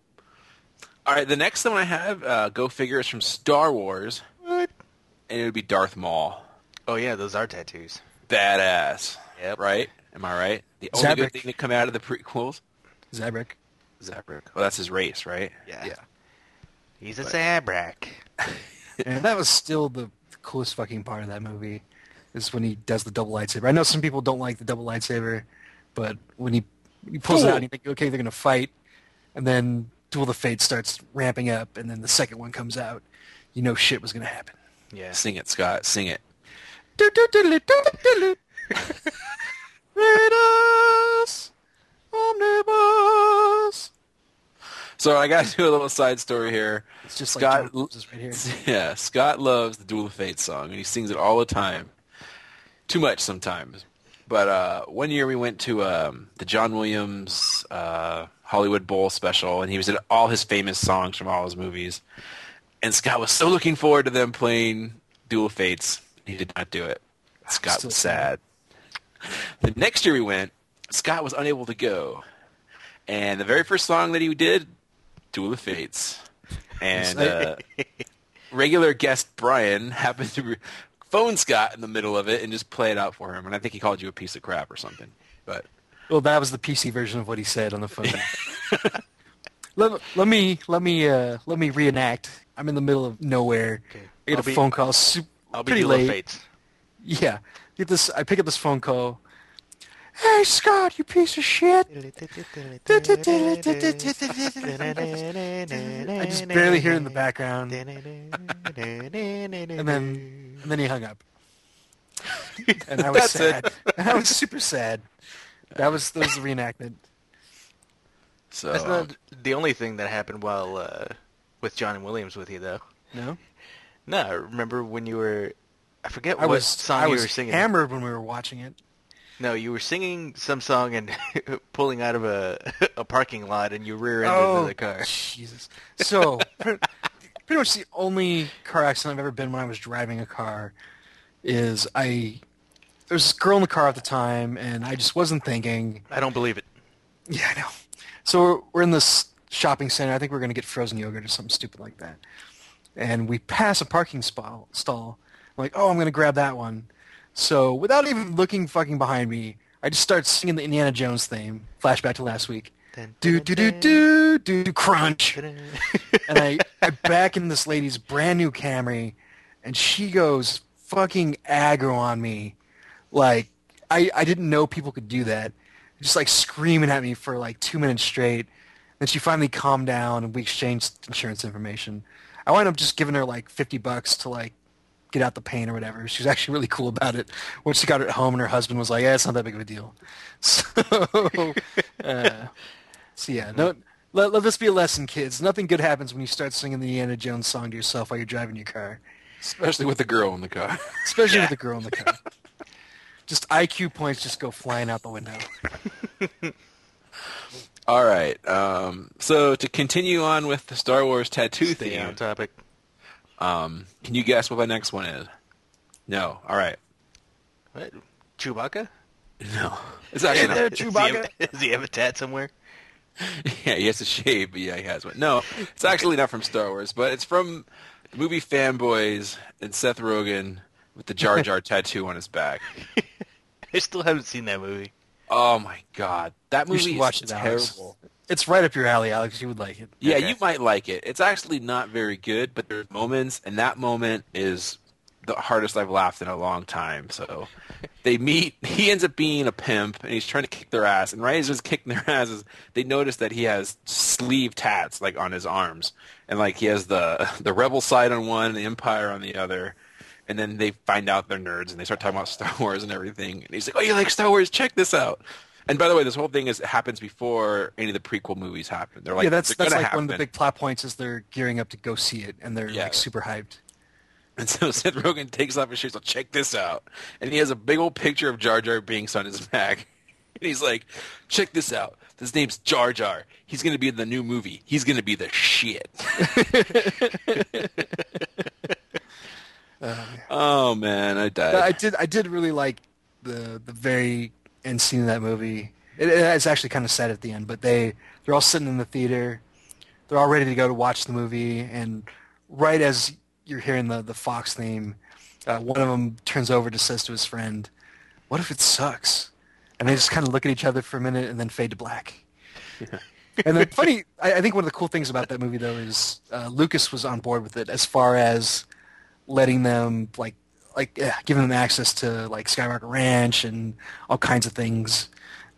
S4: All right, the next one I have, uh, go figure, is from Star Wars,
S2: What?
S4: and it would be Darth Maul,
S2: Oh yeah, those are tattoos.
S4: badass.
S2: Yep.
S4: Right? Am I right? The only
S3: Zabrak.
S4: good thing to come out of the prequels,
S3: Zabrak.
S4: Zabrak. Well, that's his race, right?
S2: Yeah. He's a Zabrak.
S3: And that was still the coolest fucking part of that movie, is when he does the double lightsaber. I know some people don't like the double lightsaber, but when he, he pulls it out, and you think, okay, they're gonna fight, and then Duel of the Fates starts ramping up, and then the second one comes out, you know shit was gonna happen.
S2: Yeah.
S4: Sing it, Scott. Sing it. Ritus omnibus. So I got to do a little side story here.
S3: It's just like
S4: Scott.
S3: John Moses right here.
S4: yeah, Scott loves the Duel of Fate song, and he sings it all the time. Too much sometimes. But uh, one year we went to um, the John Williams uh, Hollywood Bowl special, and he was in all his famous songs from all his movies. And Scott was so looking forward to them playing Duel of Fates. He did not do it. Scott
S3: Still
S4: was sad. The next year we went, Scott was unable to go. And the very first song that he did, Duel of Fates. And uh, regular guest Brian happened to re- phone Scott in the middle of it and just play it out for him. And I think he called you a piece of crap or something. But
S3: Well, that was the PC version of what he said on the phone. let, let me let me uh, let me reenact. I'm in the middle of nowhere. I get
S2: I'll
S3: a
S2: be-
S3: phone call. Super,
S2: I'll be
S3: pretty
S2: Duel of
S3: late.
S2: Fates.
S3: Yeah, get this. I pick up this phone call. Hey Scott, you piece of shit! I just barely hear it in the background, and then and then he hung up. And I was
S4: That's
S3: sad.
S4: it.
S3: I was super sad. That was that was the reenactment.
S4: so
S3: uh,
S2: That's not the only thing that happened while uh, with John and Williams with you though.
S3: No,
S2: No, I remember when you were I forget
S3: I
S2: what
S3: was
S2: song
S3: I
S2: you
S3: was
S2: were singing.
S3: hammered when we were watching it.
S2: No, you were singing some song and pulling out of a a parking lot and you rear-ended
S3: Oh,
S2: into the car.
S3: Jesus. So, pretty, pretty much the only car accident I've ever been when I was driving a car is I. There was this girl in the car at the time, and I just wasn't thinking.
S2: I don't believe it.
S3: Yeah, I know. So we're, we're in this shopping center. I think we're going to get frozen yogurt or something stupid like that. And we pass a parking spa- stall. I'm like, oh, I'm going to grab that one. So without even looking fucking behind me, I just start singing the Indiana Jones theme, flashback to last week.
S2: Dun,
S3: Do, do, do, do, do, do, crunch
S2: That's
S3: and I, I back in this lady's brand new Camry, and she goes fucking aggro on me. Like, I, I didn't know people could do that. Just like screaming at me for like two minutes straight. Then she finally calmed down and we exchanged insurance information. I wound up just giving her like 50 bucks to like get out the pain or whatever. She was actually really cool about it. Once she got it home and her husband was like, yeah, it's not that big of a deal. So, uh, so yeah, no, let, let this be a lesson, kids. Nothing good happens when you start singing the Indiana Jones song to yourself while you're driving your car,
S4: especially with the girl in the car.
S3: especially with the girl in the car. just IQ points just go flying out the window.
S4: All right. Um, so to continue on with the Star Wars tattoo
S2: the on
S4: theme,
S2: topic.
S4: um, can you guess what my next one is? No. All right.
S2: What? Chewbacca?
S4: No. It's actually not.
S2: Chewbacca? Does he have a tat somewhere?
S4: Yeah, he has a shave, but yeah, he has one. No, it's actually not from Star Wars, but it's from the movie Fanboys and Seth Rogen with the Jar Jar tattoo on his back.
S2: I still haven't seen that movie.
S4: Oh my god, that
S3: You
S4: movie
S3: should
S4: is
S3: watch it, Alex.
S4: terrible.
S3: It's right up your alley, Alex. You would like it.
S4: Yeah,
S2: Okay.
S4: you might like it. It's actually not very good, but there's moments, and that moment is the hardest I've laughed in a long time. So they meet. He ends up being a pimp, and he's trying to kick their ass. And right as he's kicking their asses, they notice that he has sleeve tats like on his arms, and like he has the the rebel side on one, and the empire on the other. And then they find out they're nerds, and they start talking about Star Wars and everything. And he's like, "Oh, you like Star Wars? Check this out." And by the way, this whole thing is happens before any of the prequel movies happen. They're like,
S3: yeah, that's
S4: they're
S3: that's
S4: gonna
S3: like one of the
S4: happen.
S3: big plot points is they're gearing up to go see it and they're
S4: Yeah.
S3: like super hyped.
S4: And so Seth Rogen takes off his shoes. Like, check this out. And he has a big old picture of Jar Jar Binks on his back. And he's like, check this out. This name's Jar Jar. He's going to be in the new movie. He's going to be the shit. oh, man. I died.
S3: I did I did really like the the very end scene of that movie. It, it's actually kind of sad at the end, but they they're all sitting in the theater, they're all ready to go to watch the movie, and right as you're hearing the the Fox theme, uh, one of them turns over to says to his friend, "What if it sucks?" And they just kind of look at each other for a minute and then fade to black. and the funny, I, I think one of the cool things about that movie though is uh, Lucas was on board with it as far as letting them like like yeah, giving them access to like Skywalker Ranch and all kinds of things.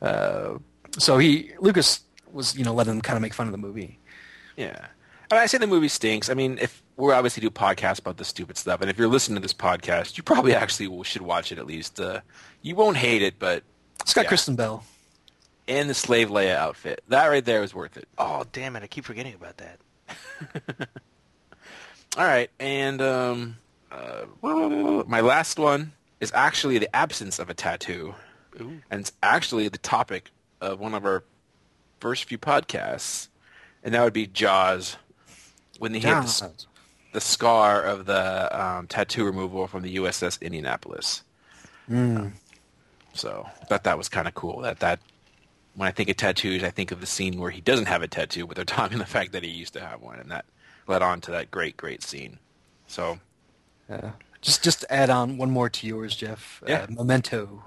S3: Uh, so he Lucas was you know letting them kind of make fun of the movie.
S4: Yeah. And I say the movie stinks. I mean, if we obviously do podcasts about this stupid stuff, and if you're listening to this podcast, you probably actually w- should watch it at least. Uh, you won't hate it, but
S3: It's got
S4: Yeah.
S3: Kristen Bell.
S4: in the slave Leia outfit, that right there was worth it.
S2: Oh damn it! I keep forgetting about that.
S4: All right, and um, uh, my last one is actually the absence of a tattoo, and it's actually the topic of one of our first few podcasts, and that would be Jaws, when he had the, s-
S3: Jaws.
S4: the scar of the um, tattoo removal from the USS Indianapolis. Um, So I thought that was kind of cool. That that when I think of tattoos, I think of the scene where he doesn't have a tattoo, but they're talking the fact that he used to have one, and that led on to that great, great scene. So
S3: Just just to add on one more to yours, Jeff.
S4: Yeah.
S3: Uh, Memento,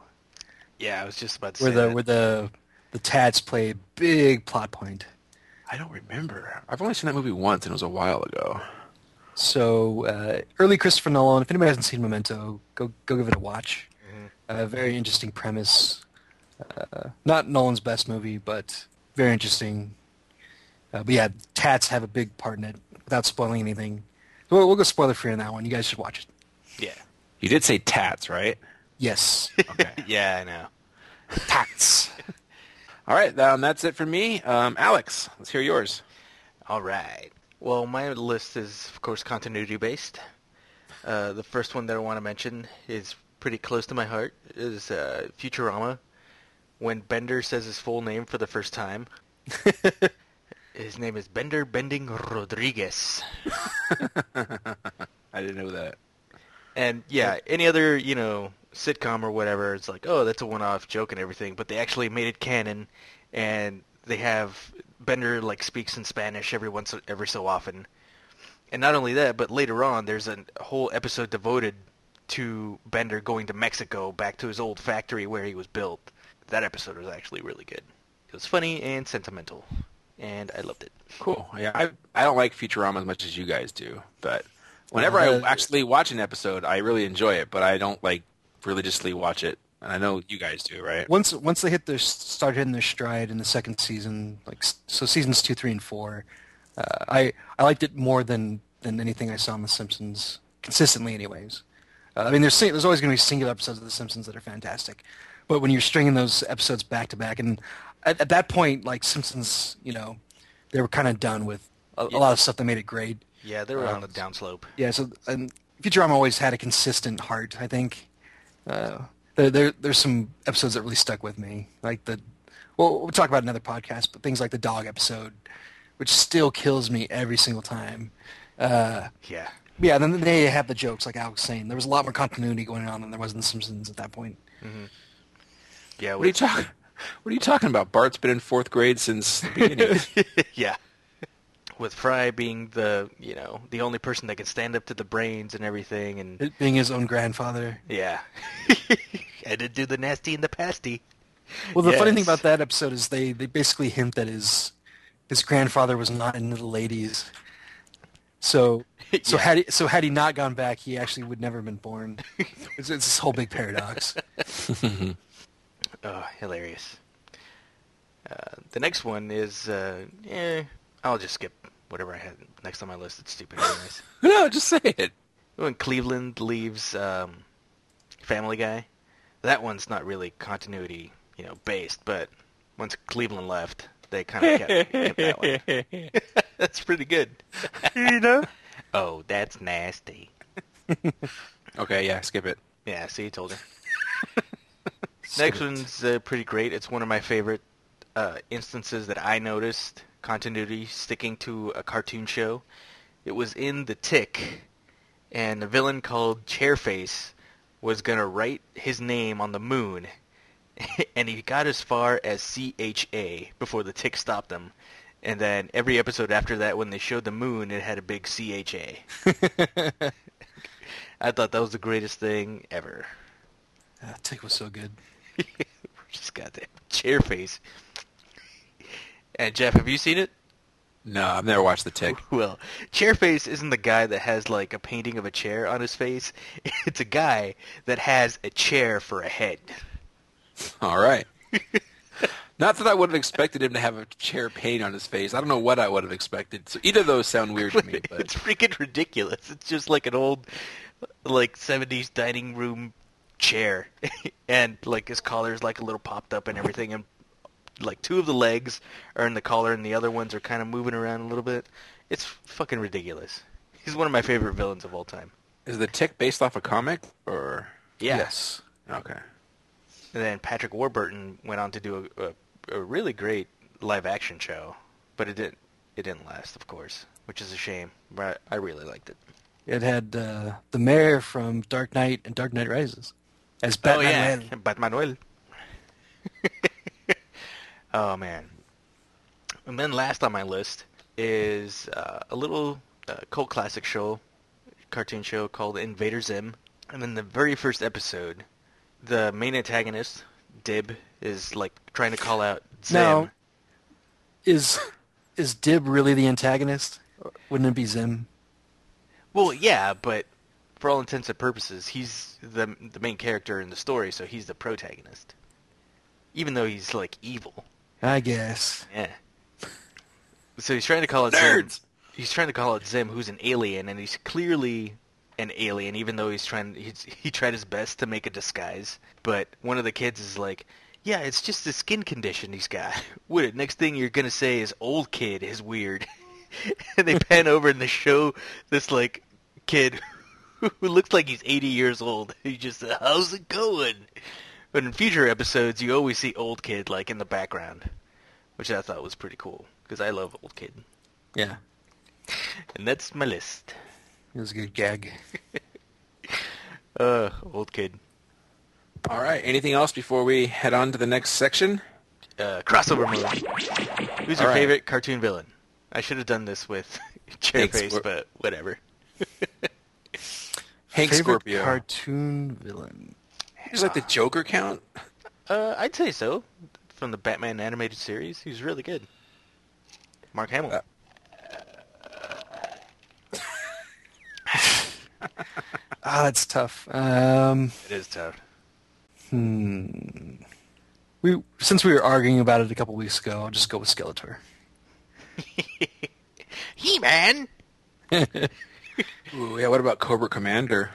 S2: Yeah, I was just about to
S3: where
S2: say
S3: the
S2: that.
S3: where the the tats play a big plot point.
S4: I don't remember. I've only seen that movie once, and it was a while ago.
S3: So uh, early Christopher Nolan. If anybody hasn't seen Memento, go go give it a watch. Uh, very interesting premise. Uh, not Nolan's best movie, but very interesting. Uh, but yeah, tats have a big part in it. Without spoiling anything, we'll, we'll go spoiler free on that one. You guys should watch it.
S2: yeah,
S4: You did say tats, right?
S3: Yes,
S4: Okay.
S2: yeah, I know.
S3: tats.
S4: All right, um, that's it for me. Um, Alex, let's hear yours.
S2: All right. Well, my list is, of course, continuity based. Uh, the first one that I want to mention is pretty close to my heart. Is uh, Futurama, when Bender says his full name for the first time. his name is Bender Bending Rodriguez.
S4: I didn't know that.
S2: And yeah, any other, you know, sitcom or whatever, it's like, oh, that's a one-off joke and everything, but they actually made it canon and they have Bender like speaks in Spanish every once every so often. And not only that, but later on there's a whole episode devoted to Bender going to Mexico back to his old factory where he was built. That episode was actually really good. It was funny and sentimental, and I loved it.
S4: Cool. Yeah, I I don't like Futurama as much as you guys do, but whenever I actually watch an episode, I really enjoy it. But I don't like religiously watch it, and I know you guys do, right?
S3: once once they hit their start hitting their stride in the second season, like s- so seasons two, three, and four, uh, I I liked it more than than anything I saw on The Simpsons consistently, anyways. Uh, I mean, there's sing- there's always going to be singular episodes of The Simpsons that are fantastic, but when you're stringing those episodes back to back, and at, at that point, like Simpsons, you know, they were kind of done with a, a lot of stuff that made it great.
S2: Yeah, they were on the downslope.
S3: Yeah, so and Futurama always had a consistent heart. I think uh, there, there there's some episodes that really stuck with me, like the well we'll talk about it in another podcast, but things like the dog episode, which still kills me every single time.
S2: Yeah.
S3: Yeah, then they have the jokes, like Alex was saying. There was a lot more continuity going on than there was in The Simpsons at that point.
S2: Yeah,
S4: What are you talking? What are you talking about? Bart's been in fourth grade since the beginning.
S2: yeah. With Fry being the you know the only person that can stand up to the brains and everything, and
S3: It being his own grandfather.
S2: yeah, and to do the nasty and the pasty.
S3: Well, the funny thing
S2: Yes.
S3: about that episode is they, they basically hint that his his grandfather was not into the ladies. So so
S2: Yeah.
S3: had he, so had he not gone back, he actually would never have been born. It's, it's this whole big paradox.
S2: Oh, hilarious. Uh, the next one is uh, eh, I'll just skip whatever I had next on my list. It's stupid, anyways.
S4: no, just say it.
S2: when Cleveland leaves um, Family Guy, that one's not really continuity, you know, based. But once Cleveland left, they kind of kept, kept that one. that's pretty good.
S3: you know?
S2: Oh, that's nasty.
S4: Okay, yeah, skip it.
S2: Yeah, see, told you. Next one's uh, pretty great. It's one of my favorite uh, instances that I noticed continuity sticking to a cartoon show. It was in The Tick, and a villain called Chairface was gonna write his name on the moon, and he got as far as C H A before The Tick stopped him. And then every episode after that, when they showed the moon, it had a big C H A. I thought that was the greatest thing ever.
S3: Ah, Tick was so good.
S2: Just got that chair face. And Jeff, have you seen it?
S4: No, I've never watched The Tick.
S2: Well, chair face isn't the guy that has like a painting of a chair on his face. It's a guy that has a chair for a head.
S4: All right. Not that I would have expected him to have a chair paint on his face. I don't know what I would have expected. So either of those sound weird to me.
S2: it's
S4: But
S2: freaking ridiculous. It's just like an old, like '70s dining room chair, and like his collar's like a little popped up and everything, and like two of the legs are in the collar, and the other ones are kind of moving around a little bit. It's fucking ridiculous. He's one of my favorite villains of all time.
S4: is the tick based off a comic or?
S2: Yeah.
S1: Yes.
S4: Okay.
S2: And then Patrick Warburton went on to do a, a, a really great live action show, but it didn't it didn't last, of course, which is a shame. But I really liked it.
S3: It had uh, the mayor from Dark Knight and Dark Knight Rises as
S2: Oh,
S3: Batman.
S2: Batmanuel. oh man. And then last on my list is uh, a little uh, cult classic show, cartoon show called Invader Zim. And in the very first episode, the main antagonist Dib is like trying to call out Zim.
S3: Now, is is Dib really the antagonist? Wouldn't it be Zim?
S2: Well, yeah, but for all intents and purposes, he's the the main character in the story, so he's the protagonist. Even though he's like evil.
S3: I guess.
S2: Yeah. So he's trying to call it
S4: Nerds!
S2: Zim. He's trying to call it Zim, who's an alien, and he's clearly an alien, even though he's trying. He's, he tried his best to make a disguise, but one of the kids is like, "Yeah, it's just the skin condition he's got." What? it? Next thing you're gonna say is, "Old kid is weird," and they pan over and they show this like kid who looks like he's 80 years old. He just, "How's it going?" But in future episodes, you always see old kid like in the background which I thought was pretty cool because I love Old Kid,
S3: Yeah,
S2: and that's my list.
S3: it was a good gag.
S2: Uh, Old Kid,
S4: All right. Anything else before we head on to the next section?
S2: uh, crossover movie. Who's your
S4: All right.
S2: favorite cartoon villain? I should have done this with
S4: Thanks,
S2: Chairface,
S4: we're-
S2: but whatever.
S4: Hank
S3: Favorite
S4: Scorpio.
S3: cartoon villain.
S4: He's like the Joker count.
S2: Uh, I'd say so. From the Batman animated series, he's really good. Mark Hamill.
S4: Uh.
S3: Ah, that's tough. Um,
S2: it is tough.
S3: we since we were arguing about it a couple weeks ago, I'll just go with Skeletor.
S2: He Man.
S4: Ooh, yeah. What about Cobra Commander?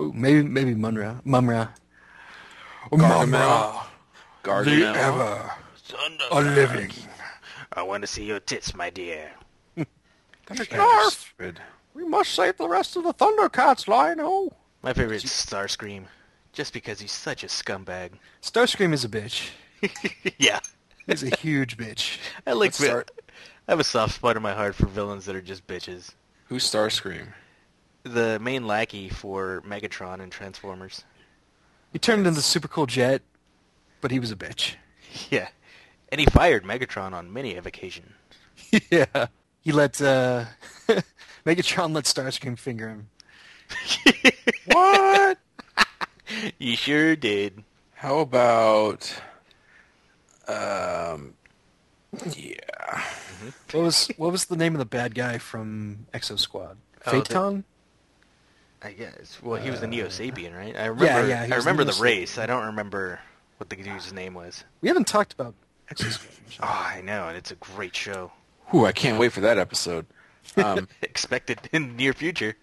S3: Ooh, maybe maybe Munra, Mumra.
S4: Gargamel. Gargamel.
S2: Oh.
S3: a living.
S2: I want to see your tits, my dear.
S4: Garf.
S3: We must save the rest of the Thundercats, Lino.
S2: My favorite is Starscream, just because he's such a scumbag.
S3: Starscream is a bitch.
S2: yeah.
S3: He's a huge bitch.
S2: I like
S4: Let's
S2: vil-
S4: start-
S2: I have a soft spot in my heart for villains that are just bitches.
S4: Who's Starscream?
S2: The main lackey for Megatron and Transformers.
S3: He turned into the super cool jet, but he was a bitch.
S2: Yeah. And he fired Megatron on many of occasion.
S3: yeah. He let uh Megatron let Starscream finger him.
S4: What?
S2: You sure did.
S4: How about? Um. Yeah.
S3: What was what was the name of the bad guy from Exo Squad?
S2: Oh, the-
S3: Phaeton?
S2: I guess. Well, he was a Neo Sapien, right? I remember.
S3: yeah, yeah, he
S2: I
S3: was
S2: remember
S3: Neo
S2: the
S3: Sapien.
S2: race. I don't remember what the dude's name was.
S3: We haven't talked about Exo Squad.
S2: Oh, I know, and it's a great show.
S4: Ooh, I can't wait for that episode. Um,
S2: Expected in the near future.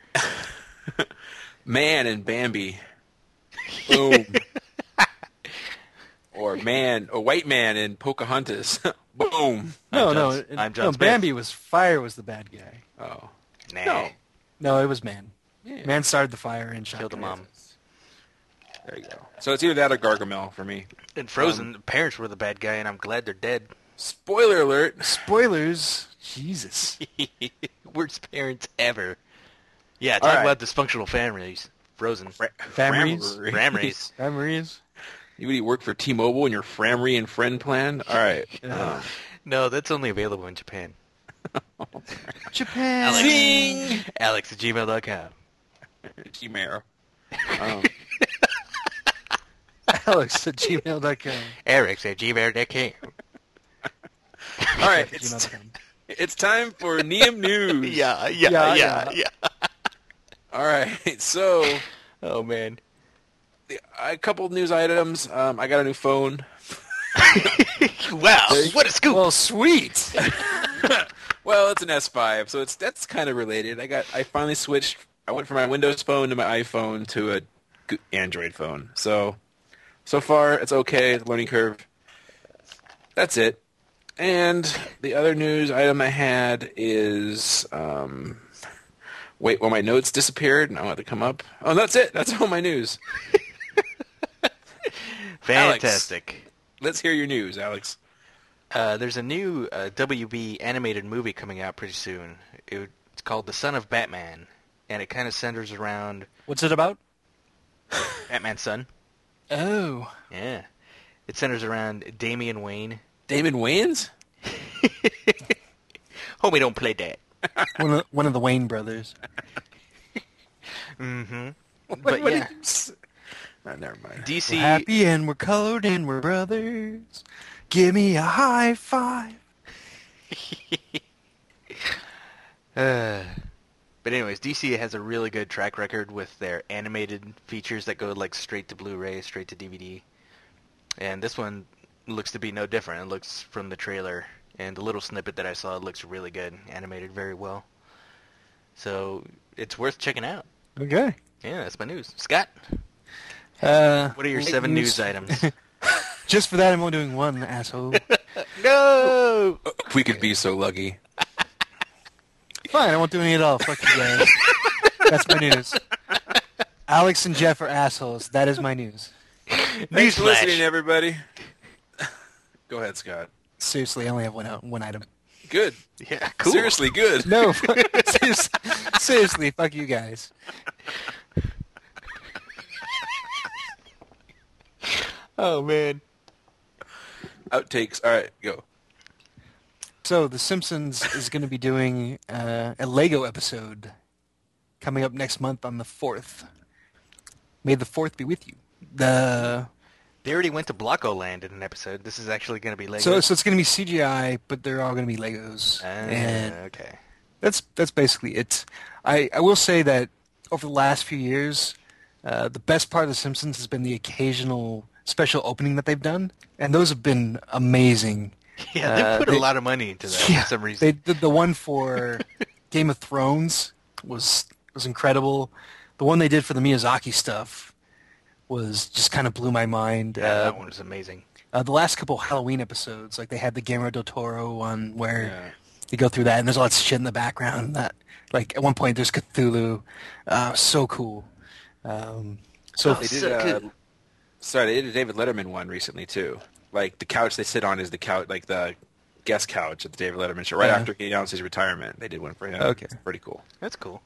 S4: man and Bambi. Boom. or man, a white man in Pocahontas. Boom.
S3: No,
S2: I'm
S3: no,
S2: John-
S3: it-
S2: I'm John
S3: no.
S2: Smith.
S3: Bambi was fire was the bad guy.
S4: Oh.
S2: Nah.
S4: No.
S3: No, it was man.
S4: Yeah.
S3: Man started the fire and shot
S2: Killed the mom.
S4: There you go. So it's either that or Gargamel for me.
S2: In Frozen, the parents were the bad guy, and I'm glad they're dead.
S4: Spoiler alert.
S3: Spoilers. Jesus.
S2: Worst parents ever. Yeah,
S4: All
S2: talk
S4: right.
S2: about dysfunctional families. Frozen.
S3: Families?
S4: Ramry.
S2: Ram race.
S3: Memories.
S4: You really work for T-Mobile and your Framry and Friend plan? All right. Uh,
S2: No, that's only available in Japan.
S3: Japan.
S2: Zing! Alex at gmail.com.
S4: Chimera.
S3: Alex at gmail.com.
S2: Eric's at gmail.com.
S4: All right. It's, it's time for Neum News.
S2: Yeah,
S3: Yeah,
S2: yeah, yeah, yeah.
S4: All right. So
S2: Oh, man.
S4: a couple news items. Um, I got a new phone.
S2: wow, what a scoop!
S3: Well, sweet.
S4: Well, it's an S5, so it's that's kind of related. I got I finally switched. I went from my Windows phone to my iPhone to a g- Android phone. So so far it's okay. Learning curve. That's it. And the other news item I had is um, wait, well my notes disappeared. Now I have to come up. Oh, that's it. That's all my news.
S2: Fantastic.
S4: Let's hear your news, Alex.
S2: Uh, there's a new uh, WB animated movie coming out pretty soon. It, it's called The Son of Batman, and it kind of centers around
S1: What's it about?
S2: Batman's son.
S1: Oh,
S2: Yeah, it centers around Damian Wayne.
S4: Damon Wayans.
S2: Homie, don't play that.
S3: one, of, one of the Wayne brothers.
S2: But
S4: what
S2: yeah,
S4: did you s- Oh, never mind.
S2: DC.
S3: We're happy and we're colored and we're brothers. Give me a high five.
S2: Uh, but anyways, DC has a really good track record with their animated features that go like straight to Blu-ray, straight to DVD, and this one looks to be no different. It looks from the trailer and the little snippet that I saw it looks really good, animated very well. So it's worth checking out.
S3: Okay.
S2: Yeah, that's my news. Scott,
S3: Uh,
S2: what are your
S3: fake
S2: seven news items?
S3: Just for that, I'm only doing one, asshole.
S2: no.
S4: If Oh, we could be so lucky.
S3: Fine, I won't do any at all. Fuck you guys. That's my news. Alex and Jeff are assholes. That is my news.
S4: Thanks
S2: Newsflash.
S4: for listening, everybody. Go ahead, Scott.
S3: Seriously, I only have one uh, one item.
S4: Good.
S2: Yeah, cool.
S4: Seriously, good.
S3: No, fuck- seriously, seriously, fuck you guys.
S2: Oh man.
S4: Outtakes. All right, go.
S3: So The Simpsons is going to be doing uh, a Lego episode coming up next month on the fourth. May the fourth be with you. The
S2: They already went to Blocko Land in an episode. This is actually going to be Lego.
S3: so so it's going to be CGI, but they're all going to be Legos,
S2: Ah,
S3: and
S2: okay.
S3: that's that's basically it. I I will say that over the last few years, uh, the best part of The Simpsons has been the occasional special opening that they've done, and those have been amazing.
S2: Yeah, they
S3: Uh,
S2: put
S3: they-
S2: a lot of money into that for some reason.
S3: They did the one for Game of Thrones was was incredible. The one they did for the Miyazaki stuff was just kind of blew my mind.
S2: yeah,
S3: Uh,
S2: that one was amazing.
S3: uh, the last couple Halloween episodes, like they had the Guillermo del Toro one where
S4: Yeah.
S3: you go through that, and there's all that shit in the background. That like at one point there's Cthulhu, uh, so cool. Um, so
S4: They did.
S2: So
S4: uh,
S2: good.
S4: sorry, they did a David Letterman one recently too. Like the couch they sit on is the couch, like the guest couch at the David Letterman show. Right
S2: Uh-huh.
S3: Yeah.
S4: after he announced his retirement, they did one for him.
S3: Okay.
S4: It's pretty cool.
S2: That's cool.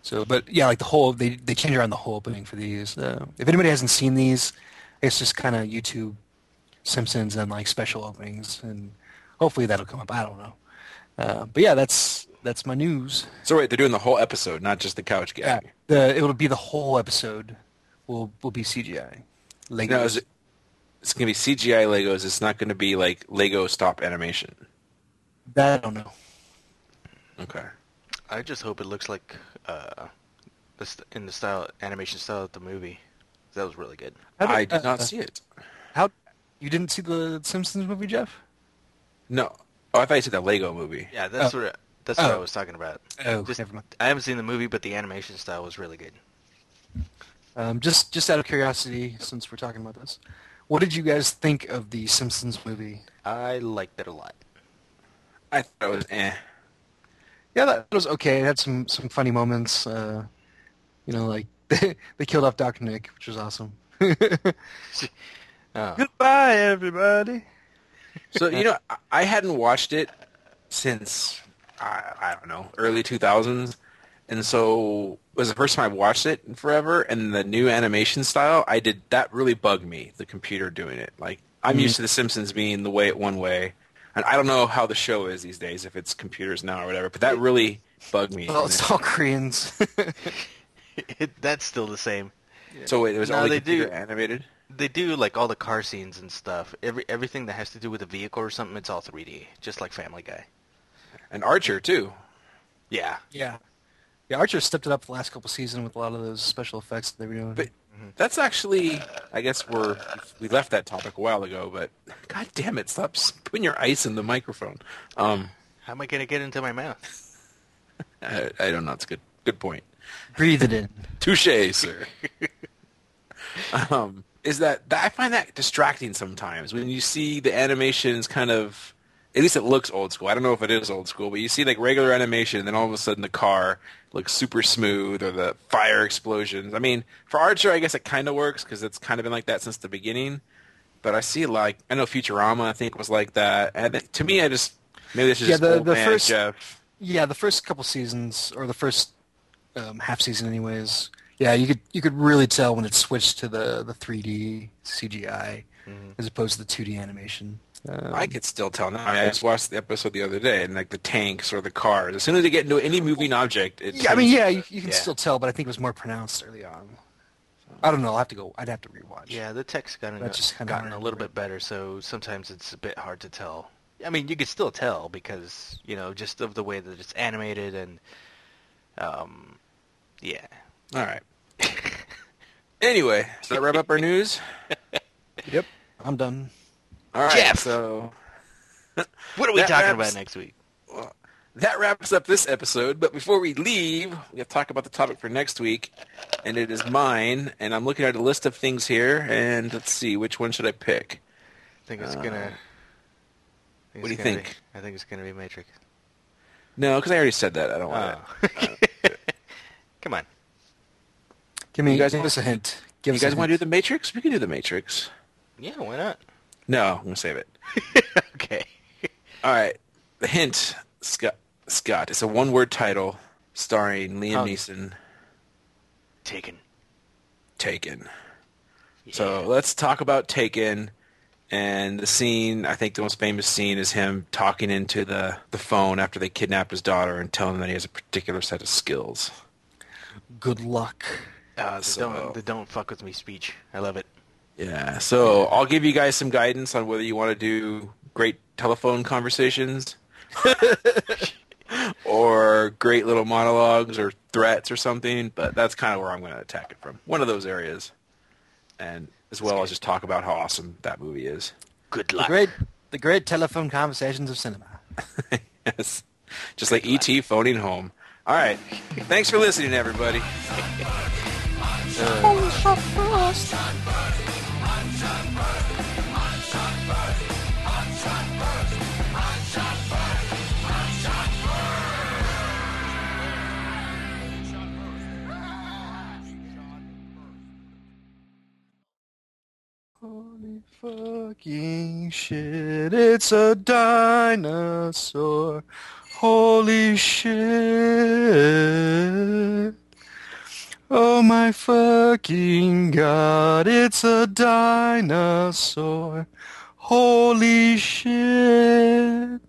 S3: So, but yeah, like the whole they they change around the whole opening for these. Uh, if anybody hasn't seen these, it's just kind of YouTube Simpsons and like special openings, and hopefully that'll come up. I don't know, uh, but yeah, that's that's my news.
S4: So wait, they're doing the whole episode, not just the couch gag.
S3: the it'll be the whole episode will will be CGI. Like
S4: No, is it- it's gonna be CGI Legos. It's not gonna be like Lego stop animation.
S3: that I don't know.
S4: Okay.
S2: I just hope it looks like uh, the st- in the style animation style of the movie. That was really good.
S3: How
S4: I did not
S3: uh,
S4: see it.
S3: How you didn't see the Simpsons movie, Jeff?
S4: No. Oh, I thought you said the Lego movie.
S2: Yeah, that's
S3: Oh.
S2: what I- that's what I
S3: Oh.
S2: was talking about.
S3: Oh,
S2: Just-
S3: never mind.
S2: I haven't seen the movie, but the animation style was really good.
S3: Um, just just out of curiosity, since we're talking about this, what did you guys think of the Simpsons movie?
S2: I liked it a lot.
S4: I thought it was eh.
S3: Yeah, that was okay. It had some some funny moments. Uh, you know, like they, killed off Doctor Nick, which was awesome.
S2: Oh.
S3: Goodbye, everybody.
S4: So you know, I- I hadn't watched it since I, I don't know early two thousands, and so it was the first time I watched it in forever. And the new animation style, I did that really bugged me. The computer doing it, like I'm
S2: Mm-hmm.
S4: used to the Simpsons being the way it one way, and I don't know how the show is these days if it's computers now or whatever. But that really bugged me.
S3: Well, it's all Koreans.
S2: It, that's still the same.
S4: so wait, it was
S2: No,
S4: only
S2: they do-
S4: computer animated.
S2: They do like all the car scenes and stuff. Every everything that has to do with a vehicle or something, it's all 3D, just like Family Guy.
S4: And Archer too.
S2: Yeah,
S3: yeah, yeah. Archer stepped it up the last couple seasons with a lot of those special effects that they were doing.
S4: But That's actually, I guess we're we left that topic a while ago, but god damn it, stop s- putting your ice in the microphone. Um,
S2: How am I gonna get into my mouth?
S4: I, I don't know. It's a good good point.
S3: Breathe it in.
S4: Touche, sir. um, is that, that I find that distracting sometimes when you see the animations kind of at least it looks old school. I don't know if it is old school, but you see like regular animation, and then all of a sudden the car looks super smooth or the fire explosions. I mean, for Archer, I guess it kind of works because it's kind of been like that since the beginning. But I see like I know Futurama, I think was like that, and it- to me, I just maybe this is
S3: Yeah,
S4: just
S3: the-
S4: old
S3: the
S4: man
S3: first-
S4: Jeff.
S3: Yeah, the first couple seasons, or the first um, half season, anyways. Yeah, you could you could really tell when it switched to the the 3D CGI as opposed to the 2D animation. Um,
S4: I could still tell now. I just watched the episode the other day, and like the tanks or the cars. As soon as they get into any moving object, it
S3: yeah, I mean,
S4: turns-
S3: yeah, you, you can
S4: yeah.
S3: still tell, but I think it was more pronounced early on. I don't know. I'll have to go. I'd have to rewatch.
S2: Yeah, the tech's gotten
S3: That's just kinda
S2: gotten a
S3: hard.
S2: little bit better, so sometimes it's a bit hard to tell. I mean, you can still tell because you know just of the way that it's animated and, um, yeah.
S4: All right. anyway, does that wrap up our news?
S3: Yep. I'm done.
S4: All right.
S2: Jeff!
S4: So
S2: What are we
S4: That
S2: talking
S4: wraps-
S2: about next week?
S4: that wraps up this episode. But before we leave, we have to talk about the topic for next week, and it is mine. And I'm looking at a list of things here, and let's see which one should I pick.
S2: I think it's gonna. I
S4: Uh,
S2: it's
S4: what do
S2: gonna
S4: you
S2: be-
S4: think?
S2: I think it's gonna be Matrix.
S4: No, because I already said that. I don't want
S3: Oh.
S4: to.
S2: Uh, Come on.
S3: Give me.
S4: You guys
S3: give
S4: want-
S3: us a hint. Give
S4: You
S3: us a
S4: guys want to do
S3: hint.
S4: the Matrix? We can do the Matrix.
S2: Yeah, why not?
S4: No, I'm gonna save it.
S2: Okay.
S4: All right. The hint, Scott. Scott. It's a one-word title starring Liam
S2: Oh.
S4: Neeson.
S2: Taken.
S4: Taken. So let's talk about Taken and the scene. I think the most famous scene is him talking into the, the phone after they kidnap his daughter and telling him that he has a particular set of skills.
S3: Good luck.
S2: Uh, the,
S4: so-
S2: don't, the don't fuck with me speech. I love it.
S4: Yeah. So I'll give you guys some guidance on whether you want to do great telephone conversations or great little monologues or threats or something, but that's kind of where I'm going to attack it from. One of those areas. And as well as just talk about how awesome that movie is.
S2: Good luck.
S3: Great. The great telephone conversations of cinema.
S4: yes. Just like E.T. phoning home. All right. Thanks for listening, everybody.
S3: Holy fucking shit, it's a dinosaur. Holy shit. Oh my fucking god, it's a dinosaur. Holy shit.